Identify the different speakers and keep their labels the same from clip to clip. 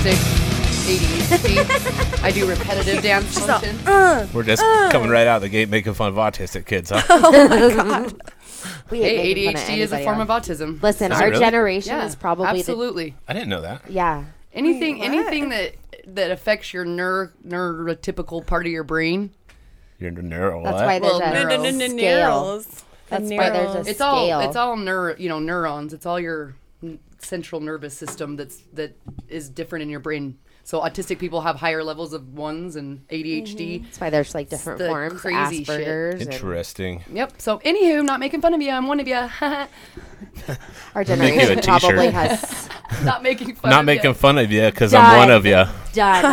Speaker 1: repetitive dance
Speaker 2: She's all,
Speaker 1: motion.
Speaker 2: uh,
Speaker 3: We're just coming right out of the gate making fun of autistic kids, huh?
Speaker 4: We ain't
Speaker 1: Hey,
Speaker 4: making fun of
Speaker 1: ADHD is a
Speaker 4: anybody
Speaker 1: form
Speaker 4: on-
Speaker 1: of autism.
Speaker 4: Listen,
Speaker 3: Is it
Speaker 4: our
Speaker 3: really?
Speaker 4: generation
Speaker 1: Yeah,
Speaker 4: is probably the
Speaker 1: absolutely
Speaker 3: I didn't know that.
Speaker 4: yeah.
Speaker 1: anything anything that that affects your ner- neurotypical part of your brain.
Speaker 3: You're neural.
Speaker 4: That's
Speaker 3: what?
Speaker 4: why there's
Speaker 1: Well,
Speaker 4: a
Speaker 1: no, no, no,
Speaker 2: n- n-
Speaker 4: Scale.
Speaker 2: neurals.
Speaker 4: That's why there's a
Speaker 2: It's
Speaker 1: It's
Speaker 4: Scale.
Speaker 1: all it's all neur you know neurons. It's all your n- central nervous system that's that is different in your brain. So autistic people have higher levels of ones and ADHD.
Speaker 4: That's why there's like different
Speaker 1: the
Speaker 4: forms,
Speaker 1: crazy shit.
Speaker 4: Aspergers. And
Speaker 3: Interesting.
Speaker 1: Yep. So anywho, not making fun of you. I'm one of you.
Speaker 4: our
Speaker 3: make you a
Speaker 4: generation probably
Speaker 3: t-shirt.
Speaker 4: has
Speaker 1: not making fun.
Speaker 3: Not
Speaker 1: of
Speaker 3: making
Speaker 1: ya.
Speaker 3: fun of you because I'm one of you.
Speaker 4: done. I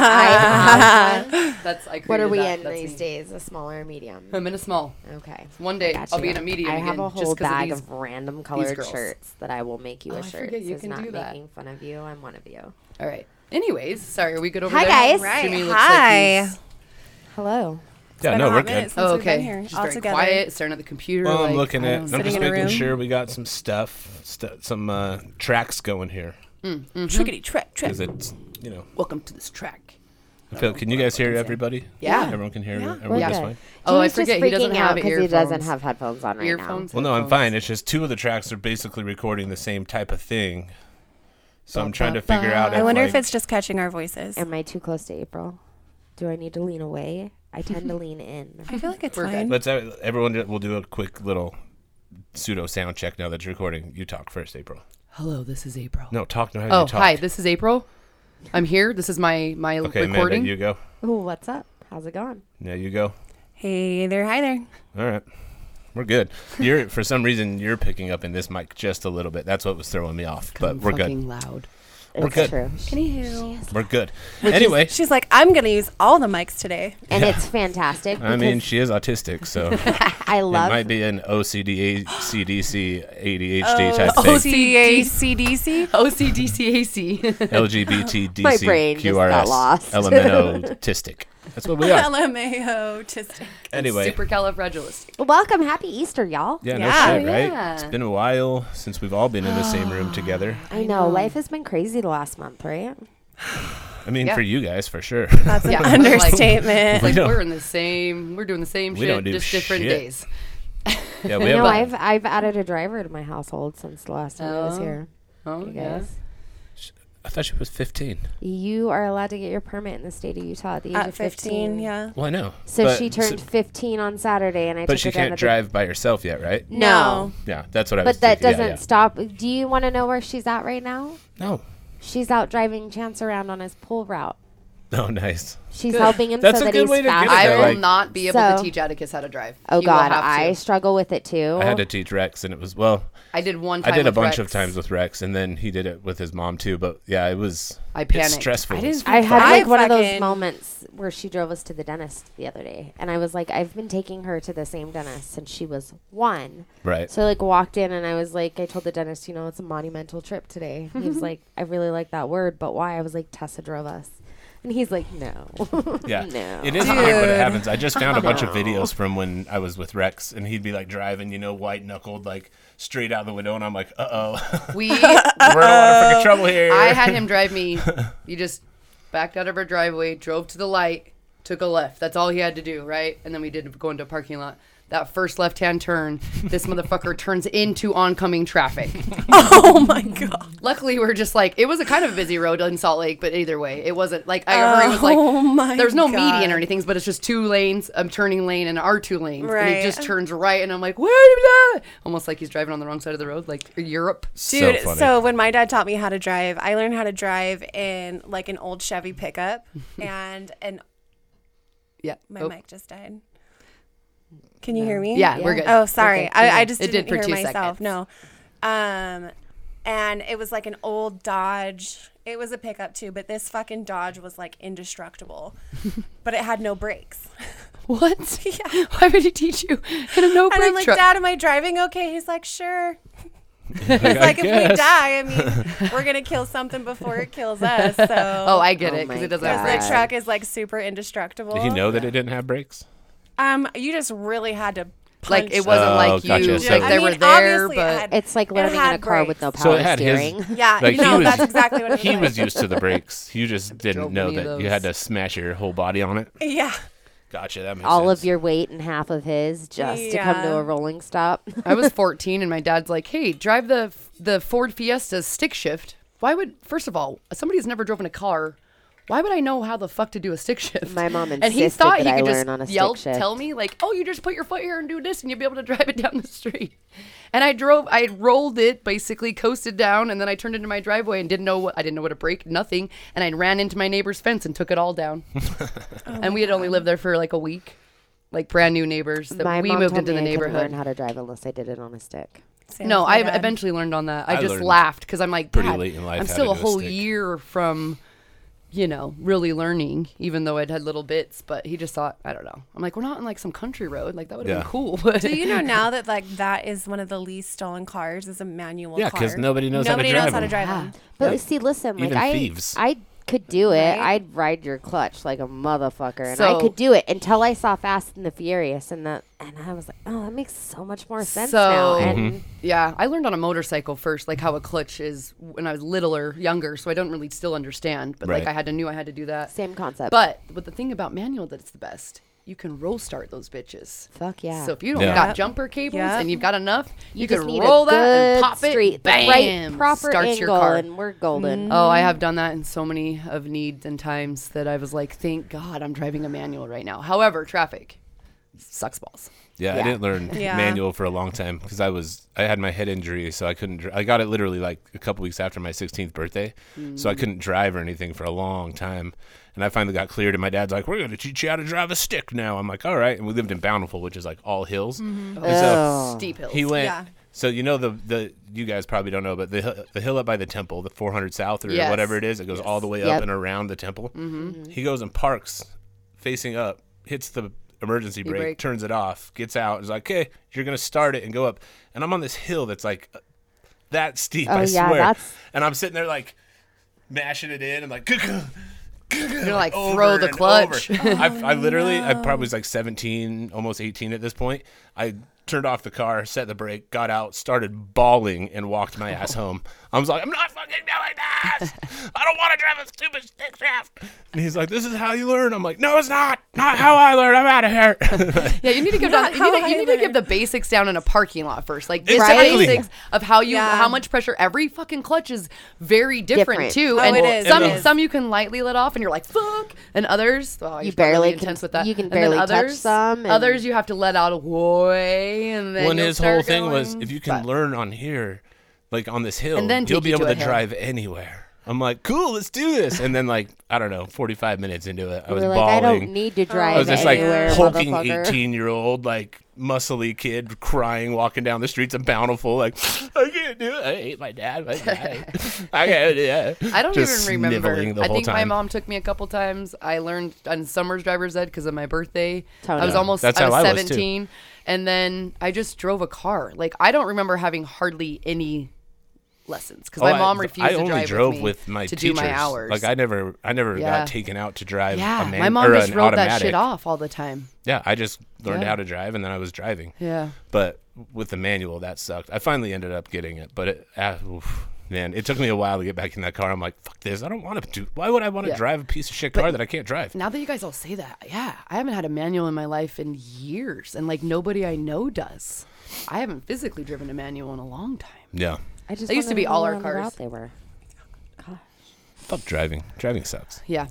Speaker 4: have.
Speaker 1: That's I
Speaker 4: What are
Speaker 1: created
Speaker 4: we
Speaker 1: that.
Speaker 4: in
Speaker 1: That's
Speaker 4: these
Speaker 1: me.
Speaker 4: days? A smaller or medium?
Speaker 1: I'm in a small.
Speaker 4: Okay.
Speaker 1: One day
Speaker 4: Gotcha.
Speaker 1: I'll be in a medium
Speaker 4: I have
Speaker 1: again
Speaker 4: a
Speaker 1: just
Speaker 4: whole
Speaker 1: 'cause
Speaker 4: bag
Speaker 1: of,
Speaker 4: of,
Speaker 1: these.
Speaker 4: random colored
Speaker 1: girls. Oh,
Speaker 4: shirts that I will make you a
Speaker 1: I
Speaker 4: shirt.
Speaker 1: forget you
Speaker 4: It's
Speaker 1: can
Speaker 4: not
Speaker 1: do that.
Speaker 4: making fun of you. I'm one of you.
Speaker 1: All right. Anyways, sorry. Are we good over
Speaker 4: Hi,
Speaker 1: there?
Speaker 4: guys.
Speaker 2: Right.
Speaker 1: Jimmy looks
Speaker 2: Hi.
Speaker 1: Like he's-
Speaker 4: Hello.
Speaker 3: Yeah,
Speaker 2: Been
Speaker 3: no,
Speaker 2: a
Speaker 3: we're
Speaker 2: hot
Speaker 3: good.
Speaker 2: minute since
Speaker 1: oh,
Speaker 2: we've been
Speaker 1: okay.
Speaker 2: here.
Speaker 1: She's
Speaker 2: all
Speaker 1: very
Speaker 2: together.
Speaker 1: quiet, staring at the computer.
Speaker 3: Well,
Speaker 1: like,
Speaker 3: I'm looking
Speaker 1: I
Speaker 3: at.
Speaker 1: don't
Speaker 3: I'm
Speaker 1: know.
Speaker 2: um, Sitting
Speaker 3: just
Speaker 2: in a
Speaker 3: making
Speaker 2: room.
Speaker 3: sure we got some stuff, stu- some uh, tracks going here.
Speaker 2: Mm-hmm. Trickety track track.
Speaker 3: Because it's, you know,
Speaker 1: Welcome to this track.
Speaker 3: I feel- can you guys hear everybody?
Speaker 1: Yeah.
Speaker 3: Everyone can hear.
Speaker 2: Yeah.
Speaker 3: Everyone
Speaker 4: We're
Speaker 3: just
Speaker 4: good.
Speaker 3: fine.
Speaker 1: Oh, I
Speaker 4: Jimmy's just
Speaker 1: forget he doesn't
Speaker 4: freaking
Speaker 1: have
Speaker 4: out he doesn't
Speaker 1: earphones.
Speaker 4: have headphones on right
Speaker 1: Earphones.
Speaker 3: Well, no, I'm
Speaker 1: headphones.
Speaker 3: fine. It's just two of the tracks are basically recording the same type of thing. So I'm trying to figure out.
Speaker 2: I wonder if
Speaker 3: like-
Speaker 2: it's just catching our voices.
Speaker 4: now. Am I too close to April? Do I need to lean away? I tend to lean in.
Speaker 2: I feel like it's
Speaker 1: We're good.
Speaker 2: fine.
Speaker 3: Let's have- everyone. do- We'll do a quick little pseudo sound check now that you're recording. You talk first, April.
Speaker 1: Hello, this is April.
Speaker 3: No, talk. No, how
Speaker 1: Oh,
Speaker 3: you talk.
Speaker 1: hi. This is April. I'm here. This is my my
Speaker 3: okay,
Speaker 1: recording.
Speaker 3: Amanda, you go.
Speaker 4: Ooh, what's up? How's it going?
Speaker 3: Yeah, you go.
Speaker 2: Hey there, hi there.
Speaker 3: All right. We're good. You're for some reason you're picking up in this mic just a little bit. That's what was throwing me off. But we're good.
Speaker 1: Fucking loud.
Speaker 4: It's
Speaker 3: good.
Speaker 4: true.
Speaker 2: Anywho.
Speaker 3: We're good. Anyway,
Speaker 2: She's like, I'm gonna use all the mics today.
Speaker 4: And it's fantastic.
Speaker 3: I mean,
Speaker 4: because
Speaker 3: she is autistic, so it
Speaker 4: I love
Speaker 3: might be an OCD, CDC,
Speaker 4: Oh,
Speaker 3: ADHD type thing.
Speaker 2: OCACDC.
Speaker 1: OCDCAC.
Speaker 3: LGBT,
Speaker 4: My brain just got lost.
Speaker 3: elementotistic. That's what we are.
Speaker 2: LMAO. Just
Speaker 3: Anyway,
Speaker 1: Supercalifragilistic.
Speaker 4: Welcome. Happy Easter, y'all.
Speaker 3: yeah,
Speaker 2: Yeah.
Speaker 3: no
Speaker 4: Oh,
Speaker 3: shit, right?
Speaker 1: Yeah.
Speaker 3: It's been a while since we've all been in the same room together.
Speaker 4: I know. Life has been crazy the last month, right?
Speaker 3: I mean,
Speaker 1: Yeah.
Speaker 3: for you guys, for sure.
Speaker 2: that's an
Speaker 1: Yeah, I'm like-
Speaker 2: understatement.
Speaker 1: Like
Speaker 3: don't-
Speaker 1: we're in the same. We're doing the same
Speaker 3: We
Speaker 1: shit,
Speaker 3: don't do
Speaker 1: just different
Speaker 3: shit.
Speaker 1: days.
Speaker 3: Yeah, we
Speaker 4: I
Speaker 3: have.
Speaker 4: know.
Speaker 3: a-
Speaker 4: I've I've added a driver to my household since the last time I was
Speaker 1: Oh.
Speaker 4: here.
Speaker 1: Oh,
Speaker 4: You
Speaker 1: yeah.
Speaker 4: guys,
Speaker 3: I thought she was 15.
Speaker 4: you are allowed to get your permit in the state of Utah at the age
Speaker 2: At
Speaker 4: of fifteen.
Speaker 2: 15, yeah.
Speaker 3: Well, I know.
Speaker 4: So
Speaker 3: But-
Speaker 4: she turned
Speaker 3: so-
Speaker 4: 15 on Saturday, and I
Speaker 3: but
Speaker 4: took
Speaker 3: she
Speaker 4: her down
Speaker 3: can't
Speaker 4: to the-
Speaker 3: drive by herself yet, right?
Speaker 4: No,
Speaker 3: Yeah, that's what I was
Speaker 4: but that
Speaker 3: thinking.
Speaker 4: doesn't
Speaker 3: Yeah,
Speaker 4: stop. Do you want to know where she's at right now?
Speaker 3: yeah. No.
Speaker 4: She's out driving Chance around on his pull route.
Speaker 3: No, nice.
Speaker 4: She's helping him
Speaker 3: That's
Speaker 4: so
Speaker 3: a
Speaker 4: that
Speaker 3: good
Speaker 4: he's
Speaker 3: way to get it,
Speaker 4: faster.
Speaker 1: I will
Speaker 3: though. Like-
Speaker 1: not be able to
Speaker 4: So-
Speaker 1: teach Atticus how to drive.
Speaker 4: oh
Speaker 1: He will
Speaker 4: God,
Speaker 1: have to.
Speaker 4: I struggle with it too.
Speaker 3: I had to teach Rex, and it was well.
Speaker 1: I did one.
Speaker 3: I
Speaker 1: Time
Speaker 3: did a
Speaker 1: with
Speaker 3: bunch of
Speaker 1: Rex.
Speaker 3: times with Rex, and then he did it with his mom too. But yeah, it was.
Speaker 1: I
Speaker 3: it's
Speaker 1: panicked.
Speaker 3: stressful.
Speaker 1: I didn't
Speaker 4: I had like
Speaker 2: I
Speaker 4: one of those
Speaker 2: fucking-
Speaker 4: moments where she drove us to the dentist the other day, and I was like, I've been taking her to the same dentist since she was one.
Speaker 3: Right.
Speaker 4: So I like walked in and I was like, I told the dentist, you know, it's a monumental trip today. He was like, I really like that word, but why? I was like, Tessa drove us, and he's like, no.
Speaker 3: yeah,
Speaker 4: No.
Speaker 3: it is weird when it happens. I just found a bunch of videos from when I was with Rex, and he'd be like driving, you know, white knuckled, like straight out the window, and I'm like, uh oh,
Speaker 1: We.
Speaker 3: we're in a lot of freaking trouble here.
Speaker 1: I had him drive me. You just backed out of our driveway, drove to the light, took a left. That's all he had to do, right? And then we did go into a parking lot. That first left-hand turn, this motherfucker turns into oncoming traffic.
Speaker 2: Oh my god.
Speaker 1: Luckily, we are just like it was a kind of a busy road in Salt Lake, but either way, it wasn't like I heard it was like
Speaker 2: Oh my
Speaker 1: there's no median
Speaker 2: God.
Speaker 1: or anything, but it's just two lanes, a turning lane and our two lanes, and
Speaker 2: Right.
Speaker 1: it just turns right, and I'm like, wait a minute, almost like he's driving on the wrong side of the road, like Europe.
Speaker 3: so
Speaker 2: Dude, so,
Speaker 3: funny.
Speaker 2: when my dad taught me how to drive, I learned how to drive in like an old Chevy pickup and an
Speaker 1: Yeah,
Speaker 2: my
Speaker 1: Oh,
Speaker 2: mic just died. Can you hear me?
Speaker 1: yeah, we're good.
Speaker 2: Oh, sorry.
Speaker 4: Okay,
Speaker 2: I, I just
Speaker 1: It did
Speaker 2: didn't
Speaker 1: for
Speaker 2: hear
Speaker 1: two
Speaker 2: myself.
Speaker 1: seconds.
Speaker 2: No. Um, and it was like an old Dodge. It was a pickup too, but this fucking Dodge was like indestructible, but it had no brakes.
Speaker 1: What? Why would he teach you in a no
Speaker 2: And I'm
Speaker 1: brake
Speaker 2: like,
Speaker 1: truck?
Speaker 2: Dad, am I driving okay? He's like, sure.
Speaker 3: I
Speaker 2: It's like if we
Speaker 3: guess.
Speaker 2: die, I mean, we're gonna kill something before it kills us. So
Speaker 1: oh, I get
Speaker 4: Oh
Speaker 1: it because
Speaker 4: my
Speaker 1: it doesn't
Speaker 4: God.
Speaker 1: have
Speaker 2: the
Speaker 1: brakes.
Speaker 2: truck is like super indestructible.
Speaker 3: Did he know that it didn't have brakes?
Speaker 2: Um, you just really had to
Speaker 1: Like it
Speaker 2: punched.
Speaker 1: wasn't
Speaker 3: Oh,
Speaker 1: like you,
Speaker 3: gotcha.
Speaker 1: like
Speaker 3: So-
Speaker 1: they
Speaker 3: I
Speaker 1: were
Speaker 2: mean,
Speaker 1: there,
Speaker 2: obviously it
Speaker 1: but
Speaker 2: had-
Speaker 4: It's like
Speaker 2: It
Speaker 4: learning in a
Speaker 2: had
Speaker 4: car with
Speaker 2: brakes.
Speaker 4: no
Speaker 3: So
Speaker 4: power
Speaker 3: it had his-
Speaker 4: steering.
Speaker 2: Yeah,
Speaker 3: Like,
Speaker 2: no,
Speaker 3: he was-
Speaker 2: that's exactly what it was.
Speaker 3: He
Speaker 2: like.
Speaker 3: was used to the brakes. You just
Speaker 1: Drove
Speaker 3: didn't know
Speaker 1: me
Speaker 3: that you had to
Speaker 1: those.
Speaker 3: smash your whole body on it.
Speaker 2: Yeah,
Speaker 3: Gotcha. That makes
Speaker 4: All
Speaker 3: sense.
Speaker 4: of your weight and half of his just to come to
Speaker 2: Yeah.
Speaker 4: a rolling stop.
Speaker 1: I was 14 and my dad's like, "Hey, drive the the Ford Fiesta stick shift." Why would first of all, somebody who's never driven a car, why would I know how the fuck to do a stick shift?
Speaker 4: My mom
Speaker 1: and he
Speaker 4: insisted
Speaker 1: thought
Speaker 4: that
Speaker 1: he
Speaker 4: I
Speaker 1: could just
Speaker 4: learn on a stick
Speaker 1: yell,
Speaker 4: shift.
Speaker 1: tell me like, "Oh, you just put your foot here and do this, and you'll be able to drive it down the street." And I drove, I rolled it basically, coasted down, and then I turned into my driveway and didn't know what I didn't know what a brake, nothing, and I ran into my neighbor's fence and took it all down. and we had only lived there for like a week, like brand new neighbors that
Speaker 4: My
Speaker 1: we
Speaker 4: mom
Speaker 1: moved
Speaker 4: told
Speaker 1: into
Speaker 4: me
Speaker 1: the
Speaker 4: I couldn't
Speaker 1: neighborhood.
Speaker 4: learn how to drive unless I did it on a stick.
Speaker 2: Same
Speaker 1: No,
Speaker 2: with my
Speaker 1: I
Speaker 2: dad.
Speaker 1: eventually learned on that. I,
Speaker 3: I
Speaker 1: just
Speaker 3: learned
Speaker 1: laughed because I'm like,
Speaker 3: pretty
Speaker 1: "God,
Speaker 3: late in life
Speaker 1: I'm
Speaker 3: how
Speaker 1: still
Speaker 3: to
Speaker 1: a
Speaker 3: do a
Speaker 1: whole
Speaker 3: stick."
Speaker 1: year from, you know, really learning, even though I'd had little bits. But he just thought, I don't know. I'm like, we're not on like some country road. Like that would have
Speaker 3: Yeah.
Speaker 1: been cool.
Speaker 2: Do you know now that like that is one of the least stolen cars is a manual
Speaker 3: Yeah,
Speaker 2: car?
Speaker 3: 'cause nobody knows how to
Speaker 2: Nobody
Speaker 3: drive
Speaker 2: knows how to
Speaker 3: them.
Speaker 2: drive them.
Speaker 4: But see, listen, like
Speaker 3: Even
Speaker 4: I,
Speaker 3: thieves.
Speaker 4: I could do it.
Speaker 2: Right?
Speaker 4: I'd ride your clutch like a motherfucker, and
Speaker 1: So-
Speaker 4: I could do it until I saw Fast and the Furious, and that, and I was like, oh, that makes so much more sense now.
Speaker 1: So-
Speaker 4: And
Speaker 3: Mm-hmm.
Speaker 1: yeah, I learned on a motorcycle first, like how a clutch is when I was littler, younger. So I don't really still understand, but like
Speaker 3: Right.
Speaker 1: I had to knew I had to do that.
Speaker 4: same concept.
Speaker 1: But but the thing about manual that it's the best. You can roll start those bitches.
Speaker 4: Fuck yeah.
Speaker 1: So if you don't
Speaker 3: Yeah.
Speaker 1: got
Speaker 2: Yep.
Speaker 1: jumper cables
Speaker 2: Yep.
Speaker 1: and you've got enough, you,
Speaker 4: you
Speaker 1: can
Speaker 4: just need
Speaker 1: roll
Speaker 4: a
Speaker 1: that and
Speaker 4: good
Speaker 1: pop it.
Speaker 4: street, the
Speaker 1: bam,
Speaker 4: right proper
Speaker 1: starts
Speaker 4: angle,
Speaker 1: your car.
Speaker 4: and mm. we're golden.
Speaker 1: Oh, I have done that in so many of needs and times that I was like, thank God I'm driving a manual right now. However, traffic sucks balls.
Speaker 3: Yeah, I
Speaker 4: Yeah.
Speaker 3: didn't learn
Speaker 2: Yeah.
Speaker 3: manual for a long time because I was I had my head injury, so I couldn't. dri- I got it literally like a couple weeks after my 16th birthday, so I couldn't drive or anything for a long time. And I finally got cleared, and my dad's like, "We're gonna teach you how to drive a stick now." I'm like, "All right." And we lived in Bountiful, which is like all hills. And so
Speaker 4: Oh.
Speaker 1: Steep hills.
Speaker 3: he went.
Speaker 2: Yeah.
Speaker 3: So you know the the you guys probably don't know, but the hill- the hill up by the temple, the 400 South or
Speaker 1: Yes.
Speaker 3: whatever it is, it goes all the way up
Speaker 4: Yep.
Speaker 3: and around the temple.
Speaker 4: Mm-hmm.
Speaker 3: He goes and parks facing up, hits the emergency brake,
Speaker 1: brake.
Speaker 3: turns it off, gets out, is like, "Okay, you're gonna start it and go up." And I'm on this hill that's like uh, that steep.
Speaker 4: Oh,
Speaker 3: I
Speaker 4: yeah,
Speaker 3: swear.
Speaker 4: that's-
Speaker 3: And I'm sitting there like mashing it in. I'm like,
Speaker 1: You're like,
Speaker 3: over
Speaker 1: throw the
Speaker 3: and
Speaker 1: clutch. Oh,
Speaker 3: over. I, I literally, I probably was like 17, almost 18 at this point. I turned off the car, set the brake, got out, started bawling, and walked my
Speaker 1: Oh.
Speaker 3: ass home. I was like, I'm not fucking doing this. I don't want to drive a stupid stick shaft. And he's like, This is how you learn. I'm like, No, it's not. Not how I learn. I'm out of here.
Speaker 1: Yeah, you need to give down, you
Speaker 2: how
Speaker 1: need, to,
Speaker 2: I
Speaker 1: you need to give
Speaker 2: learned.
Speaker 1: the basics down in a parking lot first. Like the
Speaker 4: Exactly.
Speaker 1: basics of how you
Speaker 2: Yeah.
Speaker 1: how much pressure every fucking clutch is very different,
Speaker 4: Different.
Speaker 1: too.
Speaker 2: Oh,
Speaker 1: and
Speaker 2: it is,
Speaker 1: some
Speaker 2: it is.
Speaker 1: some you can lightly let off and you're like fuck, and others oh, well,
Speaker 4: You
Speaker 1: should probably be
Speaker 4: barely can-
Speaker 1: intense with that.
Speaker 4: you can
Speaker 1: and then
Speaker 4: barely touch
Speaker 1: others,
Speaker 4: some and-
Speaker 1: Others you have to let out way and then
Speaker 3: when
Speaker 1: you'll
Speaker 3: his whole
Speaker 1: start
Speaker 3: thing was,
Speaker 1: going.
Speaker 3: If you can
Speaker 1: But-
Speaker 3: learn on here, like on this hill,
Speaker 1: And then
Speaker 3: you'll
Speaker 1: take
Speaker 3: be
Speaker 1: you
Speaker 3: able
Speaker 1: to a
Speaker 3: to,
Speaker 1: hill."
Speaker 3: drive anywhere. I'm like, cool, let's do this. And then, like, I don't know, 45 minutes into Oh, it, I was
Speaker 4: we're like, I
Speaker 3: bawling.
Speaker 4: don't need
Speaker 1: Oh.
Speaker 4: to drive
Speaker 3: I was just like
Speaker 4: anywhere,
Speaker 3: hulking
Speaker 4: motherfucker.
Speaker 3: 18 year old, like muscly kid crying, walking down the streets of Bountiful, like, I can't do it. I hate my dad. My dad. I can't do it.
Speaker 1: I don't
Speaker 3: Just
Speaker 1: even remember.
Speaker 3: sniveling the
Speaker 1: I
Speaker 3: whole
Speaker 1: think my
Speaker 3: time.
Speaker 1: mom took me a couple times. I learned on summer's driver's ed because of my birthday. I was
Speaker 4: Totally.
Speaker 1: almost I
Speaker 3: That's how
Speaker 1: was
Speaker 3: I was, too.
Speaker 1: 17. and then I just drove a car. Like I don't remember having hardly any lessons because
Speaker 3: Oh,
Speaker 1: my
Speaker 3: I-
Speaker 1: mom refused
Speaker 3: I
Speaker 1: to
Speaker 3: only
Speaker 1: drive
Speaker 3: drove
Speaker 1: with, me
Speaker 3: my
Speaker 1: to
Speaker 3: teachers.
Speaker 1: do my hours.
Speaker 3: Like I never, I never
Speaker 1: Yeah.
Speaker 3: got taken out to drive.
Speaker 1: yeah,
Speaker 3: a man,
Speaker 1: my mom
Speaker 3: or
Speaker 1: just
Speaker 3: an
Speaker 1: rolled that
Speaker 3: automatic.
Speaker 1: shit off all the time.
Speaker 3: Yeah, I just learned
Speaker 1: Yeah.
Speaker 3: how to drive, and then I was driving.
Speaker 1: Yeah.
Speaker 3: But with the manual, that sucked. I finally ended up getting it, but it, ah, oof, man, it took me a while to get back in that car. I'm like, fuck this. I don't want to do. Why would I want to
Speaker 1: Yeah.
Speaker 3: drive a piece of shit car that I can't drive?
Speaker 1: Now that you guys all say that, yeah, I haven't had a manual in my life in years, and like nobody I know does. I haven't physically driven a manual in a long time.
Speaker 3: Yeah.
Speaker 4: I just
Speaker 1: They used to
Speaker 4: wanted
Speaker 1: be
Speaker 4: know
Speaker 1: all our
Speaker 4: on the
Speaker 1: cars.
Speaker 4: route They were.
Speaker 3: Fuck driving. Driving sucks.
Speaker 1: Yeah,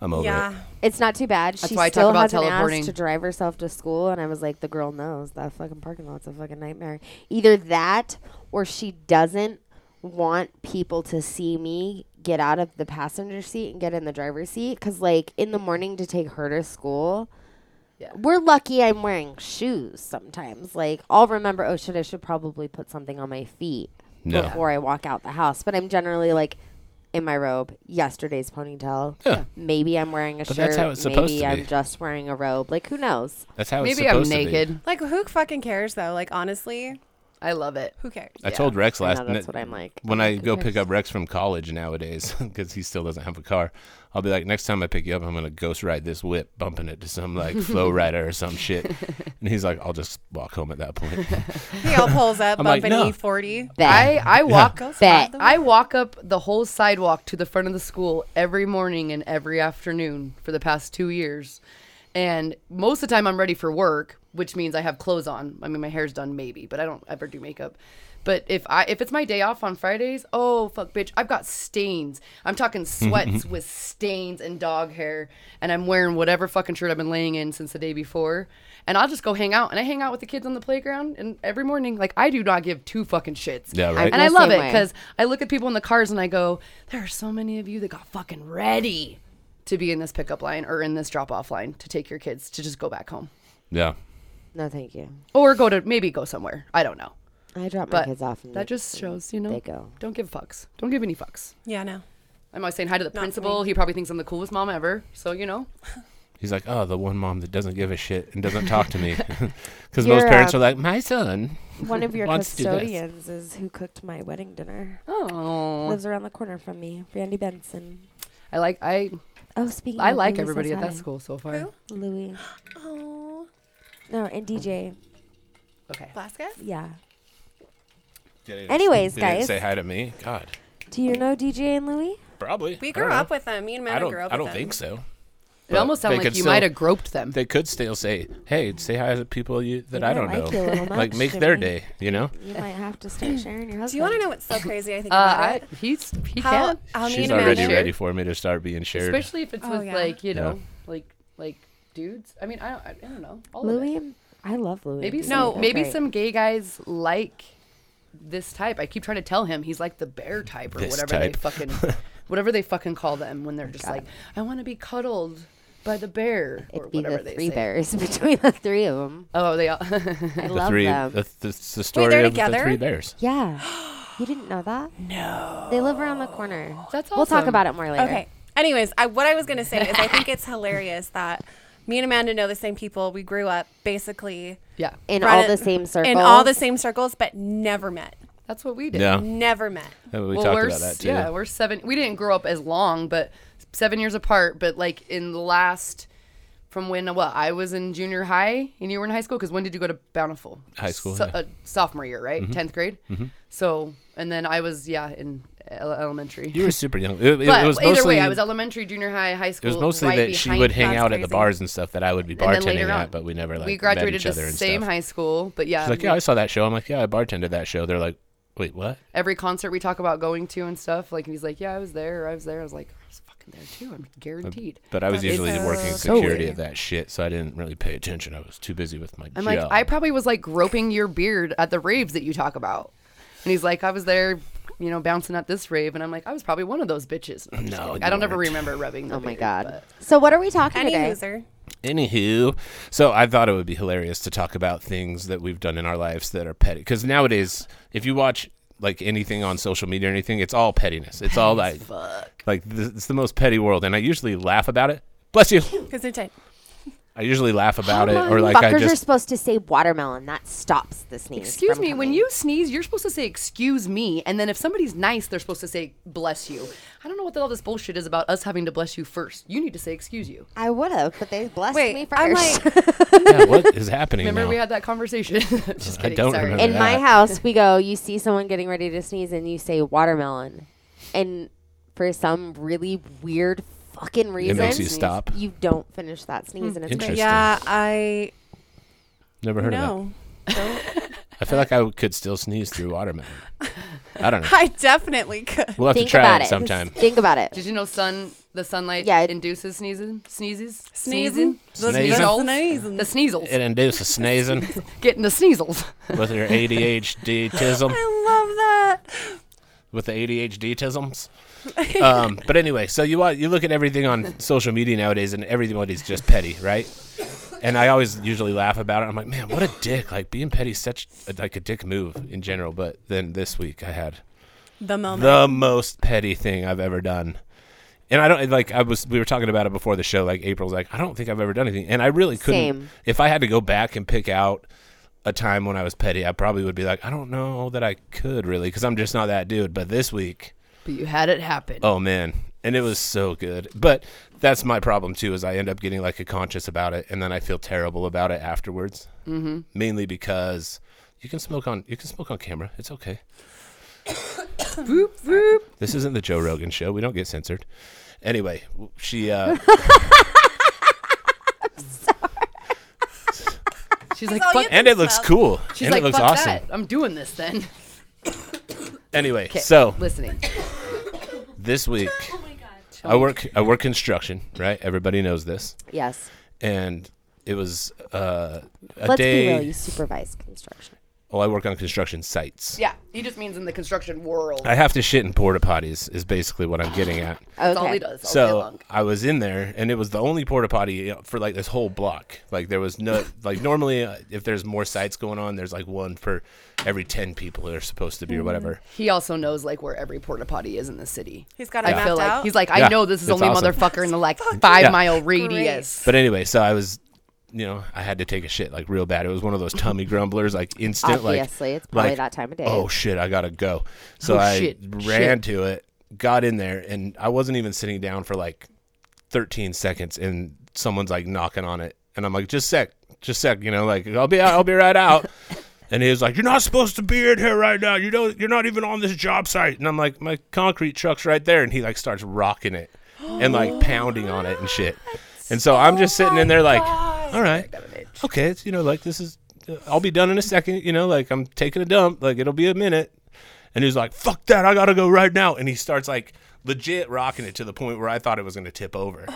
Speaker 3: I'm over
Speaker 2: Yeah,
Speaker 3: it.
Speaker 4: It's not too bad. That's she
Speaker 1: why I talk
Speaker 4: still
Speaker 1: about
Speaker 4: hasn't
Speaker 1: teleporting.
Speaker 4: asked to drive herself to school, and I was like, the girl knows that fucking parking lot's a fucking nightmare. Either that, or she doesn't want people to see me get out of the passenger seat and get in the driver's seat. Cause like in the morning to take her to school,
Speaker 1: Yeah.
Speaker 4: we're lucky I'm wearing shoes sometimes. Like I'll remember, oh shit, I should probably put something on my feet
Speaker 3: No.
Speaker 4: before I walk out the house. But I'm generally like. In my robe, yesterday's ponytail.
Speaker 3: Yeah.
Speaker 4: Maybe I'm wearing a
Speaker 3: But
Speaker 4: shirt.
Speaker 3: that's how it's supposed
Speaker 4: Maybe
Speaker 3: to
Speaker 4: I'm
Speaker 3: be.
Speaker 4: just wearing a robe. Like who knows?
Speaker 3: That's how it's
Speaker 1: maybe I'm
Speaker 3: supposed to be.
Speaker 1: naked.
Speaker 2: like who fucking cares though? Like honestly,
Speaker 1: I love it.
Speaker 2: Who cares?
Speaker 3: I told Rex
Speaker 4: I
Speaker 3: last
Speaker 4: know, that's what I'm like.
Speaker 3: when I go pick up Rex from college nowadays, because he still doesn't have a car, I'll be like, next time I pick you up, I'm gonna ghost ride this whip, bumping it to some like flow rider or some shit. And he's like, I'll just walk home at that point.
Speaker 2: He all pulls up,
Speaker 3: I'm like,
Speaker 2: bumping
Speaker 3: no.
Speaker 2: E40.
Speaker 4: Bet.
Speaker 1: I I walk
Speaker 2: Go spot
Speaker 4: Bet.
Speaker 2: the
Speaker 1: I walk up the whole sidewalk to the front of the school every morning and every afternoon for the past two years. And most of the time I'm ready for work, which means I have clothes on. I mean my hair's done maybe, but I don't ever do makeup. But if I if it's my day off on Fridays, oh fuck bitch, I've got stains. I'm talking sweats with stains and dog hair and I'm wearing whatever fucking shirt I've been laying in since the day before. And I'll just go hang out and I hang out with the kids on the playground and every morning like I do not give two fucking shits.
Speaker 3: Yeah, right.
Speaker 1: And I
Speaker 4: the
Speaker 1: love it
Speaker 4: same way.
Speaker 1: because I look at people in the cars and I go, there are so many of you that got fucking ready to be in this pickup line or in this drop off line to take your kids to just go back home
Speaker 3: yeah.
Speaker 4: No, thank you.
Speaker 1: or go to maybe go somewhere. I don't know.
Speaker 4: I drop my
Speaker 1: But
Speaker 4: kids off. And
Speaker 1: that just shows, you know,
Speaker 4: They go.
Speaker 1: don't give fucks. Don't give any fucks.
Speaker 2: Yeah, no.
Speaker 1: I'm always saying hi to the principal. He probably thinks I'm the coolest mom ever. So, you know,
Speaker 3: He's like, oh, the one mom that doesn't give a shit and doesn't talk to me, because
Speaker 4: You're,
Speaker 3: most parents
Speaker 4: uh,
Speaker 3: are like, my son.
Speaker 4: One of your
Speaker 3: Wants to do this.
Speaker 4: custodians is who cooked my wedding dinner.
Speaker 1: oh,
Speaker 4: Lives around the corner from me, Randy Benson.
Speaker 1: I like, I,
Speaker 4: Oh, speaking.
Speaker 1: I
Speaker 4: of,
Speaker 1: like
Speaker 4: Louis
Speaker 1: everybody
Speaker 4: says
Speaker 1: at that
Speaker 4: hi.
Speaker 1: school so far.
Speaker 2: Who?
Speaker 4: Louis.
Speaker 2: Oh,
Speaker 4: No, and DJ.
Speaker 1: Okay.
Speaker 2: Alaska?
Speaker 4: Yeah.
Speaker 3: Didn't-
Speaker 4: Anyways,
Speaker 3: didn't
Speaker 4: guys.
Speaker 3: say hi to me. God,
Speaker 4: Do you know DJ and Louis?
Speaker 3: probably.
Speaker 2: We
Speaker 3: I
Speaker 2: grew
Speaker 3: don't know.
Speaker 2: up with them. Me and
Speaker 3: I
Speaker 2: Meta
Speaker 3: don't.
Speaker 2: grew up
Speaker 3: I
Speaker 2: with
Speaker 3: don't
Speaker 2: them.
Speaker 3: think so.
Speaker 1: It almost
Speaker 3: But
Speaker 1: sounds
Speaker 3: they
Speaker 1: like
Speaker 3: could
Speaker 1: you
Speaker 3: still-
Speaker 1: might have groped them.
Speaker 3: They could still say, hey, say hi to people you that I
Speaker 4: might
Speaker 3: don't
Speaker 4: like
Speaker 3: know.
Speaker 4: you a little
Speaker 3: like
Speaker 4: much,
Speaker 3: make their
Speaker 4: Jimmy.
Speaker 3: day. You know.
Speaker 4: You might have to start sharing your husband.
Speaker 2: Do you want to know what's so crazy? I think
Speaker 1: uh,
Speaker 2: about
Speaker 1: I,
Speaker 2: it.
Speaker 1: he's, he
Speaker 2: How,
Speaker 1: can.
Speaker 2: how me
Speaker 3: She's
Speaker 2: and
Speaker 3: already
Speaker 2: Amanda,
Speaker 3: ready for me to start being shared.
Speaker 1: especially if it's
Speaker 2: Oh,
Speaker 1: with
Speaker 2: yeah.
Speaker 1: like you know
Speaker 3: Yeah.
Speaker 1: like like dudes i mean i don't i, I don't know all of it.
Speaker 4: Louis? I love Louis.
Speaker 1: maybe
Speaker 4: dude.
Speaker 1: some,
Speaker 2: No,
Speaker 4: They're
Speaker 1: maybe
Speaker 4: great.
Speaker 1: some gay guys like this type i keep trying to tell him he's like the bear type or
Speaker 3: This
Speaker 1: whatever
Speaker 3: type.
Speaker 1: they fucking whatever they fucking call them when they're just like i want to be cuddled by the bear or
Speaker 4: It'd be
Speaker 1: whatever
Speaker 4: the
Speaker 1: they
Speaker 4: three
Speaker 1: say
Speaker 4: bears between the three of them.
Speaker 1: oh they all
Speaker 4: I
Speaker 3: the
Speaker 4: love
Speaker 3: three.
Speaker 4: them.
Speaker 3: The, the, the story
Speaker 2: they're
Speaker 3: of the
Speaker 2: together?
Speaker 3: three bears.
Speaker 4: yeah. You didn't know that? No. They live around the corner.
Speaker 1: That's
Speaker 4: We'll talk
Speaker 1: awesome.
Speaker 4: about it more later.
Speaker 2: Okay. Anyways, I, what I was going to say is I think it's hilarious that me and Amanda know the same people. We grew up basically
Speaker 1: yeah
Speaker 4: In
Speaker 2: run
Speaker 4: all
Speaker 2: it-
Speaker 4: the same circles.
Speaker 2: In all the same circles, but never met.
Speaker 1: that's what we did
Speaker 3: Yeah.
Speaker 2: Never met.
Speaker 3: Yeah, We
Speaker 1: well,
Speaker 3: talked
Speaker 1: we're
Speaker 3: about that
Speaker 1: s-
Speaker 3: too.
Speaker 1: yeah we're seven we didn't grow up as long but seven years apart but like in the last from when what I was in junior high and you were in high school because when did you go to Bountiful?
Speaker 3: High school,
Speaker 1: So-
Speaker 3: yeah. Mm-hmm.
Speaker 1: uh, sophomore year, right? 10th grade. So and then I was yeah in ele- elementary.
Speaker 3: you were super young. It, it
Speaker 1: but
Speaker 3: was
Speaker 1: either
Speaker 3: mostly,
Speaker 1: way, I was elementary, junior high, high
Speaker 3: it
Speaker 1: school.
Speaker 3: was mostly
Speaker 1: right
Speaker 3: that she
Speaker 1: behind
Speaker 3: would hang
Speaker 2: That's
Speaker 3: out at the
Speaker 2: crazy.
Speaker 3: bars and stuff that I would be
Speaker 1: and then
Speaker 3: bartending
Speaker 1: later on,
Speaker 3: at, but we never like
Speaker 1: we graduated
Speaker 3: met each other
Speaker 1: the
Speaker 3: and
Speaker 1: same
Speaker 3: stuff.
Speaker 1: high school. But yeah,
Speaker 3: She's like,
Speaker 1: we-
Speaker 3: yeah, I saw that show. I'm like, yeah, I bartended that show. They're like, wait, what?
Speaker 1: every concert we talk about going to and stuff. Like he's like, yeah, I was there. I was there. I was like, I was fucking there too. I'm guaranteed.
Speaker 3: But I was
Speaker 2: That's
Speaker 3: usually
Speaker 2: so
Speaker 3: working
Speaker 2: so
Speaker 3: security
Speaker 2: weird.
Speaker 3: at that shit, so I didn't really pay attention. I was too busy with my
Speaker 1: I'm
Speaker 3: job.
Speaker 1: like, I probably was like groping your beard at the raves that you talk about. And he's like, I was there, you know, bouncing at this rave. And I'm like, I was probably one of those bitches. I'm just
Speaker 3: No,
Speaker 1: kidding.
Speaker 3: you
Speaker 1: I don't ever
Speaker 3: weren't.
Speaker 1: remember rubbing the
Speaker 4: Oh my
Speaker 1: beard,
Speaker 4: god.
Speaker 1: but-
Speaker 4: So what are we talking
Speaker 2: Any
Speaker 4: today?
Speaker 2: loser.
Speaker 3: Anywho, so I thought it would be hilarious to talk about things that we've done in our lives that are petty. Because nowadays, if you watch like anything on social media or anything, it's all pettiness. It's all like, like th- it's the most petty world, and I usually laugh about it. Bless you.
Speaker 2: Because it's
Speaker 3: I usually laugh about it, or like
Speaker 4: Fuckers
Speaker 3: I
Speaker 4: are
Speaker 3: just
Speaker 4: supposed to say watermelon. That stops the sneeze.
Speaker 1: Excuse
Speaker 4: from
Speaker 1: me, when
Speaker 4: coming.
Speaker 1: you sneeze, you're supposed to say, Excuse me. And then if somebody's nice, they're supposed to say, Bless you. I don't know what all this bullshit is about us having to bless you first. You need to say, Excuse you.
Speaker 4: I would have, but they blessed
Speaker 2: Wait,
Speaker 4: me 1st
Speaker 2: I'm like,
Speaker 3: yeah, what is happening
Speaker 1: Remember
Speaker 3: now?
Speaker 1: we had that conversation? Just
Speaker 3: I
Speaker 1: kidding.
Speaker 3: don't
Speaker 1: Sorry.
Speaker 3: remember.
Speaker 4: in my
Speaker 3: that.
Speaker 4: house, we go. You see someone getting ready to sneeze, and you say watermelon, and for some really weird fucking
Speaker 3: it
Speaker 4: reason,
Speaker 3: makes you stop.
Speaker 4: you don't finish that
Speaker 2: Hmm.
Speaker 4: sneeze, and it's
Speaker 3: Interesting.
Speaker 4: great.
Speaker 2: yeah, I
Speaker 3: Never heard of that.
Speaker 2: know.
Speaker 3: I feel like I could still sneeze through watermelon. I don't know.
Speaker 2: I definitely could.
Speaker 3: We'll have
Speaker 4: Think
Speaker 3: to try
Speaker 4: about
Speaker 3: it
Speaker 4: it
Speaker 3: sometime.
Speaker 4: Think about it.
Speaker 1: Did you know sun the sunlight
Speaker 4: Yeah, it-
Speaker 1: induces sneezing sneezes?
Speaker 2: Sneezing.
Speaker 3: Sneezing.
Speaker 1: The sneezels.
Speaker 3: It induces sneezing
Speaker 1: Getting the sneezels.
Speaker 3: with your ADHD tism.
Speaker 2: I love that.
Speaker 3: with the ADHD tisms. um, but anyway, so you wa- you look at everything on social media nowadays, and everybody's just petty, right? And I always usually laugh about it. I'm like, man, what a dick! Like being petty, is such a, like a dick move in general. But then this week, I had
Speaker 2: The moment.
Speaker 3: the most petty thing I've ever done. And I don't like I was we were talking about it before the show like April's like I don't think I've ever done anything and I really couldn't
Speaker 4: Same.
Speaker 3: if I had to go back and pick out a time when I was petty, I probably would be like, I don't know that I could really, because I'm just not that dude. But this week,
Speaker 1: But you had it happen.
Speaker 3: oh man, and it was so good. But that's my problem too, is I end up getting like a conscious about it, and then I feel terrible about it afterwards. Mm-hmm. Mainly because you can smoke on you can smoke on camera. It's okay.
Speaker 1: Whoop, whoop.
Speaker 3: This isn't the Joe Rogan show. We don't get censored. Anyway, w- she uh,
Speaker 1: She's like,
Speaker 2: all
Speaker 1: fuck.
Speaker 2: you-
Speaker 3: and it looks
Speaker 2: Smell.
Speaker 3: cool.
Speaker 1: She's
Speaker 3: and
Speaker 1: like,
Speaker 3: it looks
Speaker 1: fuck
Speaker 3: awesome.
Speaker 1: that. I'm doing this then.
Speaker 3: Anyway,
Speaker 1: 'Kay,
Speaker 3: so
Speaker 1: listening.
Speaker 3: this week
Speaker 1: Oh
Speaker 3: I work I work construction, right? Everybody knows this.
Speaker 4: Yes.
Speaker 3: And it was uh, a
Speaker 4: Let's be real.
Speaker 3: day.
Speaker 4: You supervise construction.
Speaker 3: Well, I work on construction sites.
Speaker 1: Yeah, he just means in the construction world.
Speaker 3: I have to shit in porta potties is basically what I'm getting at.
Speaker 1: That's all he
Speaker 4: Okay.
Speaker 1: does. All day
Speaker 3: so
Speaker 1: long.
Speaker 3: I was in there, and it was the only porta potty for like this whole block. Like there was no like normally uh, if there's more sites going on, there's like one per every ten people they're supposed to be or whatever.
Speaker 1: He also knows like where every porta potty is in the city.
Speaker 2: He's got it
Speaker 1: I feel
Speaker 2: mapped
Speaker 1: like
Speaker 2: out?
Speaker 1: he's like, I
Speaker 3: Yeah,
Speaker 1: know this is
Speaker 3: it's
Speaker 1: only
Speaker 3: awesome.
Speaker 1: motherfucker in the like five
Speaker 3: Yeah.
Speaker 1: mile radius.
Speaker 3: But anyway, so I was, you know, I had to take a shit like real bad. It was one of those tummy grumblers, like instant, like
Speaker 4: Obviously, it's probably that time of day.
Speaker 3: Oh shit, I gotta go. So
Speaker 1: Oh,
Speaker 3: I
Speaker 1: shit,
Speaker 3: ran to it, got in there, and I wasn't even sitting down for like 13 seconds, and someone's like knocking on it, and I'm like, just sec, just sec, you know, like I'll be out, I'll be right out. And he was like, "You're not supposed to be in here right now. You know, you're not even on this job site." And I'm like, "My concrete truck's right there." And he like starts rocking it and like pounding on it and shit. And so I'm just sitting in there like, "All right, okay, it's you know like this is, uh, I'll be done in a second. You know, like I'm taking a dump. Like it'll be a minute." And he's like, "Fuck that! I gotta go right now." And he starts like legit rocking it to the point where I thought it was gonna tip over.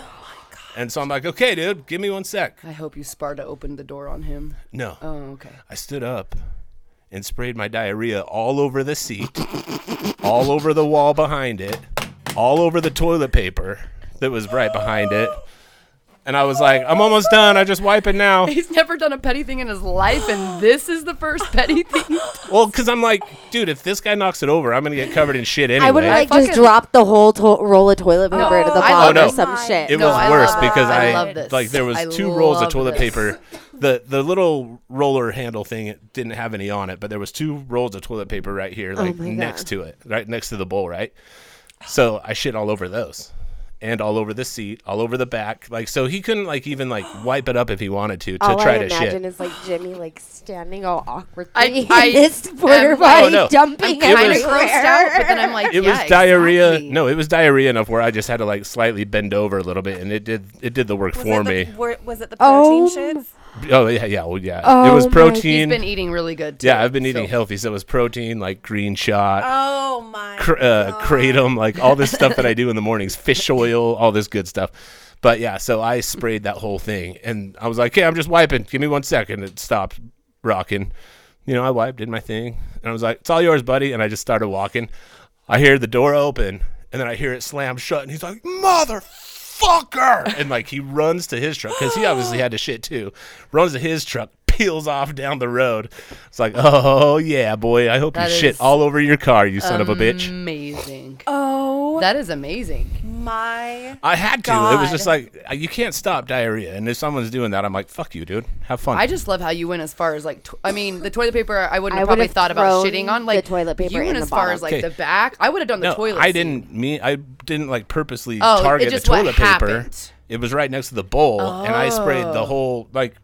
Speaker 3: And so I'm like, "Okay, dude, give me one sec."
Speaker 1: I hope you Sparta opened the door on him.
Speaker 3: No.
Speaker 1: Oh, okay.
Speaker 3: I stood up and sprayed my diarrhea all over the seat, all over the wall behind it, all over the toilet paper that was right behind it. And I was like, I'm almost done. I just wipe it now.
Speaker 1: He's never done a petty thing in his life, and this is the first petty thing.
Speaker 3: Well, because I'm like, dude, if this guy knocks it over, I'm going to get covered in shit anyway.
Speaker 4: I would have like
Speaker 1: fucking-
Speaker 4: just dropped the whole to- roll of toilet paper into the
Speaker 1: I
Speaker 4: bottom
Speaker 3: love
Speaker 4: or
Speaker 3: it.
Speaker 4: some shit.
Speaker 3: it
Speaker 1: No,
Speaker 3: was
Speaker 1: I
Speaker 3: worse
Speaker 1: love it.
Speaker 3: because
Speaker 1: I
Speaker 3: I,
Speaker 1: love this.
Speaker 3: like there was
Speaker 1: I
Speaker 3: two rolls of
Speaker 1: love
Speaker 3: toilet
Speaker 1: this.
Speaker 3: paper. The the little roller handle thing it didn't have any on it, but there was two rolls of toilet paper right here,
Speaker 1: Oh
Speaker 3: like
Speaker 4: my
Speaker 3: next
Speaker 4: God.
Speaker 3: to it, right next to the bowl, right. So I shit all over those, and all over the seat, all over the back. Like so, he couldn't like even like wipe it up if he wanted to to
Speaker 4: all
Speaker 3: try
Speaker 4: I
Speaker 3: to shit.
Speaker 4: imagine is like Jimmy like standing all awkwardly
Speaker 1: I-
Speaker 4: in
Speaker 1: I
Speaker 4: this
Speaker 1: am-
Speaker 4: porta
Speaker 3: Oh,
Speaker 4: potty
Speaker 3: no.
Speaker 4: dumping
Speaker 3: I'm
Speaker 1: Kind of
Speaker 3: was-
Speaker 1: grossed out, but then I'm like,
Speaker 3: it
Speaker 1: yeah,
Speaker 3: was diarrhea.
Speaker 1: exactly.
Speaker 3: No, it was diarrhea enough where I just had to like slightly bend over a little bit, and it did it did the work
Speaker 2: Was
Speaker 3: for
Speaker 2: it
Speaker 3: me.
Speaker 2: The, were, was it the protein
Speaker 4: Oh,
Speaker 2: shits?
Speaker 3: oh yeah, yeah, well, yeah. it
Speaker 4: Oh
Speaker 3: was
Speaker 4: my-
Speaker 1: He's
Speaker 3: protein.
Speaker 1: been eating really good. Too,
Speaker 3: Yeah, I've been eating
Speaker 1: so-
Speaker 3: healthy. So it was protein, like green shot,
Speaker 2: Oh my.
Speaker 3: cr- uh, kratom, like all this stuff that I do in the mornings, fish oil, all this good stuff. But yeah, so I sprayed that whole thing and I was like, hey, I'm just wiping. Give me one second. It stopped rocking. You know, I wiped, did my thing. And I was like, it's all yours, buddy. And I just started walking. I hear the door open and then I hear it slam shut. And he's like, motherfucker. And like he runs to his truck because he obviously had to shit too. Runs to his truck. Peels off down the road. It's like, oh yeah, boy. I hope
Speaker 1: That
Speaker 3: you
Speaker 1: is
Speaker 3: shit all over your car, you son of a bitch.
Speaker 1: Amazing.
Speaker 2: Oh
Speaker 1: That is amazing.
Speaker 2: my.
Speaker 3: I had to. It was just
Speaker 2: God.
Speaker 3: like uh, you can't stop diarrhea, and if someone's doing that, I'm like, "Fuck you, dude. Have fun."
Speaker 1: I just love how you went as far as like, tw- I mean, the toilet paper I wouldn't
Speaker 4: I
Speaker 1: have
Speaker 4: would
Speaker 1: probably
Speaker 4: have
Speaker 1: thought about
Speaker 4: thrown
Speaker 1: shitting on. Like
Speaker 4: the toilet paper
Speaker 1: You went
Speaker 4: in the
Speaker 1: as far as
Speaker 4: bottom.
Speaker 1: like the
Speaker 3: Okay.
Speaker 1: back. I would have done the
Speaker 3: no,
Speaker 1: toilet.
Speaker 3: I
Speaker 1: seat.
Speaker 3: didn't mean I didn't like purposely
Speaker 1: Oh, it
Speaker 3: target the
Speaker 1: just what
Speaker 3: toilet paper.
Speaker 1: happened. Oh.
Speaker 3: It was right next to the bowl, and I sprayed the whole like.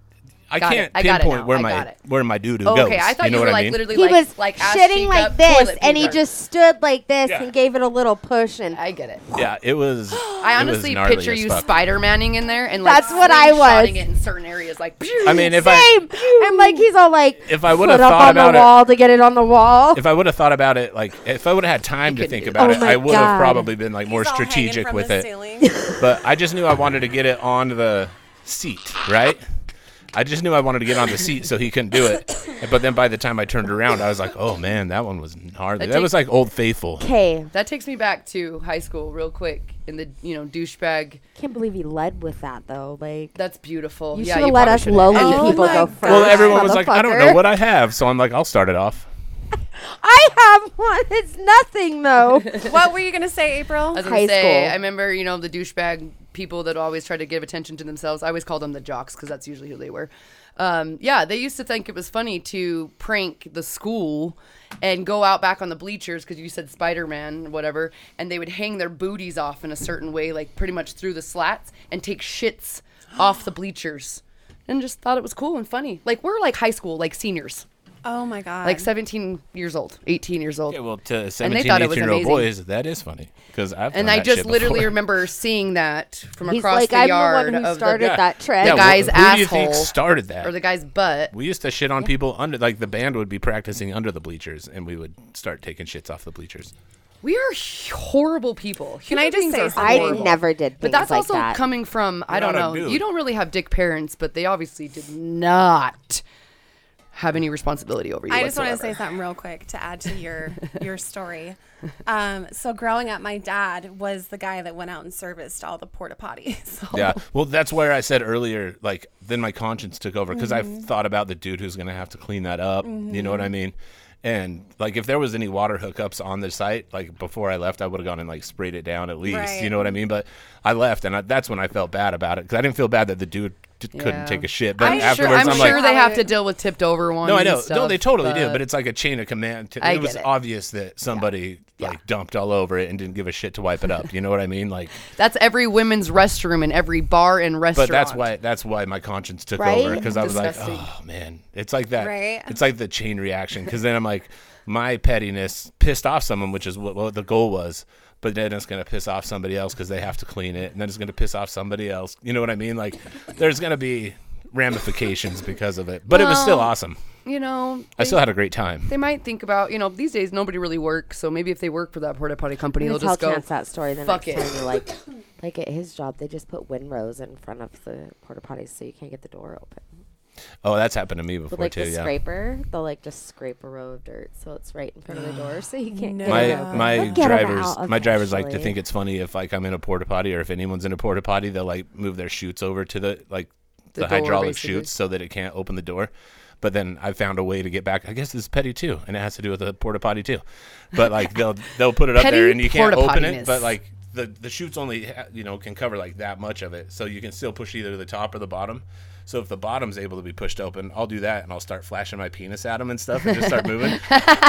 Speaker 3: I
Speaker 1: Got it.
Speaker 3: can't
Speaker 1: I got it now.
Speaker 3: pinpoint where
Speaker 1: I got
Speaker 3: my
Speaker 1: it.
Speaker 3: where my doo doo
Speaker 1: Oh,
Speaker 3: goes.
Speaker 1: okay, I thought
Speaker 3: you
Speaker 1: you,
Speaker 3: know
Speaker 1: were
Speaker 3: what
Speaker 1: like
Speaker 3: I mean?
Speaker 1: literally
Speaker 4: He
Speaker 1: like
Speaker 4: was
Speaker 1: like ass
Speaker 4: shitting
Speaker 1: cheek
Speaker 4: like
Speaker 1: up, toilet
Speaker 4: this, and he
Speaker 1: paper.
Speaker 4: just stood like this
Speaker 3: Yeah.
Speaker 4: and gave it a little push, and
Speaker 1: I get it.
Speaker 3: Yeah, it was.
Speaker 1: I honestly picture you Spider Manning in there and like
Speaker 4: That's what I
Speaker 1: slingshotting
Speaker 4: was.
Speaker 1: it in certain areas like.
Speaker 3: I mean, if I
Speaker 4: same. And like he's all like,
Speaker 3: If I
Speaker 4: put
Speaker 3: would've
Speaker 4: up
Speaker 3: thought
Speaker 4: on
Speaker 3: about
Speaker 4: the
Speaker 3: it-
Speaker 4: wall to get it on the wall.
Speaker 3: if I would have thought about it, like if I would have had time to
Speaker 1: couldn't
Speaker 3: think
Speaker 1: do
Speaker 3: about
Speaker 4: that.
Speaker 3: it,
Speaker 4: Oh my
Speaker 3: I would
Speaker 4: God.
Speaker 3: have probably been like more
Speaker 2: He's all hanging
Speaker 3: strategic
Speaker 2: from
Speaker 3: with
Speaker 2: the
Speaker 3: it.
Speaker 2: ceiling.
Speaker 3: but I just knew I wanted to get it on the seat, right? I just knew I wanted to get on the seat so he couldn't do it. But then by the time I turned around, I was like, oh man, that one was hardly.
Speaker 1: That
Speaker 3: That
Speaker 1: takes-
Speaker 3: was like Old Faithful.
Speaker 4: Okay,
Speaker 1: that takes me back to high school real quick in the you know douchebag.
Speaker 4: can't believe he led with that though. Like
Speaker 1: That's beautiful.
Speaker 4: you
Speaker 1: yeah,
Speaker 4: should have let
Speaker 1: probably
Speaker 4: us
Speaker 1: should've.
Speaker 4: lowly
Speaker 2: Oh
Speaker 4: people
Speaker 2: my
Speaker 4: go
Speaker 2: God.
Speaker 4: first.
Speaker 3: Well, everyone was like, I don't know
Speaker 4: motherfucker."
Speaker 3: what I have. So I'm like, I'll start it off.
Speaker 4: I have one. It's nothing though.
Speaker 2: What were you gonna say, April?
Speaker 1: I was gonna
Speaker 4: High
Speaker 1: say,
Speaker 4: school.
Speaker 1: I remember, you know, the douchebag people that always try to give attention to themselves. I always call them the jocks because that's usually who they were. Um, yeah, they used to think it was funny to prank the school and go out back on the bleachers because you said Spider Man, whatever, and they would hang their booties off in a certain way, like pretty much through the slats, and take shits off the bleachers. And just thought it was cool and funny. Like we're like high school, like seniors,
Speaker 2: Oh my god.
Speaker 1: like 17 years old, 18 years old.
Speaker 3: Yeah, well, to
Speaker 1: And they
Speaker 3: 17,
Speaker 1: thought it was
Speaker 3: 18 year old
Speaker 1: amazing.
Speaker 3: boys, that is funny because I've
Speaker 1: And
Speaker 3: done
Speaker 1: I
Speaker 3: that
Speaker 1: just
Speaker 3: shit
Speaker 1: literally
Speaker 3: before.
Speaker 1: remember seeing that from
Speaker 4: He's
Speaker 1: across
Speaker 4: like,
Speaker 1: the
Speaker 4: "I'm the one
Speaker 1: yard
Speaker 4: who
Speaker 1: of
Speaker 4: started
Speaker 1: the,
Speaker 3: Yeah.
Speaker 4: that trend.
Speaker 3: Yeah,
Speaker 1: The guy's
Speaker 3: who do you think
Speaker 1: asshole.
Speaker 3: started that?
Speaker 1: or the guy's butt.
Speaker 3: we used to shit on people under, like the band would be practicing under the bleachers, and we would start taking shits off the bleachers.
Speaker 1: We are h- horrible people.
Speaker 2: I
Speaker 1: Human
Speaker 2: just
Speaker 1: beings
Speaker 2: say
Speaker 1: are
Speaker 2: something? I
Speaker 1: horrible.
Speaker 4: never did
Speaker 1: But
Speaker 4: things
Speaker 1: that's
Speaker 4: like
Speaker 1: also
Speaker 4: that.
Speaker 1: coming from I
Speaker 3: You're
Speaker 1: don't
Speaker 3: not
Speaker 1: know.
Speaker 3: a dude.
Speaker 1: You don't really have dick parents, but they obviously did not have any responsibility over you.
Speaker 2: I just want to
Speaker 1: whatsoever.
Speaker 2: say something real quick to add to your your story. Um, so growing up, my dad was the guy that went out and serviced all the porta potties.
Speaker 3: Yeah. Well, that's where I said earlier, like, then my conscience took over because
Speaker 1: Mm-hmm.
Speaker 3: I've thought about the dude who's going to have to clean that up. You know what I mean? And, like, if there was any water hookups on the site, like, before I left, I would have gone and, like, sprayed it down at least. You
Speaker 2: Right.
Speaker 3: know what I mean? But I left, and I, that's when I felt bad about it because I didn't feel bad that the dude d-
Speaker 1: Yeah.
Speaker 3: couldn't take a shit. But
Speaker 1: I'm sure,
Speaker 3: afterwards,
Speaker 1: I'm
Speaker 3: I'm,
Speaker 1: sure
Speaker 3: like,
Speaker 1: they have to deal with tipped over ones.
Speaker 3: no, I know.
Speaker 1: and Stuff,
Speaker 3: no, they totally do. But it's like a chain of command. To,
Speaker 1: I
Speaker 3: it
Speaker 1: get
Speaker 3: was
Speaker 1: it.
Speaker 3: obvious that somebody,
Speaker 1: Yeah.
Speaker 3: like, dumped all over it and didn't give a shit to wipe it up. You know what I mean? Like,
Speaker 1: that's every women's restroom and every bar and restaurant.
Speaker 3: but that's why that's why my conscience took
Speaker 4: Right?
Speaker 3: over because I was like,
Speaker 1: Disgusting.
Speaker 3: oh man, it's like that.
Speaker 2: Right?
Speaker 3: It's like the chain reaction because then I'm like, my pettiness pissed off someone, which is what, what the goal was. But then it's gonna piss off somebody else because they have to clean it, and then it's gonna piss off somebody else. You know what I mean? Like, there's gonna be ramifications because of it. But it was still
Speaker 1: Well,
Speaker 3: awesome.
Speaker 1: you know
Speaker 3: I still had a great time.
Speaker 1: they might think about you know these days nobody really works, so maybe if they work for that porta potty company,
Speaker 4: You
Speaker 1: they'll
Speaker 4: tell
Speaker 1: just go.
Speaker 4: Chance that story the
Speaker 1: "Fuck
Speaker 4: next
Speaker 1: it."
Speaker 4: time you like, like at his job, they just put windrows in front of the porta potties so you can't get the door open.
Speaker 3: Oh, that's happened to me before
Speaker 4: With like
Speaker 3: too.
Speaker 4: the
Speaker 3: yeah.
Speaker 4: scraper, they'll like just scrape a row of dirt so it's right in front of the door so you can't.
Speaker 2: No.
Speaker 4: get it
Speaker 3: my
Speaker 4: open.
Speaker 3: my
Speaker 4: But get 'em
Speaker 3: drivers
Speaker 4: out
Speaker 3: my drivers like to
Speaker 4: eventually.
Speaker 3: think it's funny if like I'm in a porta potty or if anyone's in a porta potty they'll like move their chutes over to the like
Speaker 1: The
Speaker 3: the,
Speaker 1: door,
Speaker 3: hydraulic
Speaker 1: basically.
Speaker 3: chutes so that it can't open the door. But then I found a way to get back. I guess this is petty too, and it has to do with the porta potty too. But like they'll they'll put it up
Speaker 1: Petty
Speaker 3: there and you can't
Speaker 1: porta
Speaker 3: open
Speaker 1: pottiness.
Speaker 3: it. But like the the chutes only ha- you know can cover like that much of it, so you can still push either the top or the bottom. So if the bottom's able to be pushed open, I'll do that and I'll start flashing my penis at them and stuff and just start moving.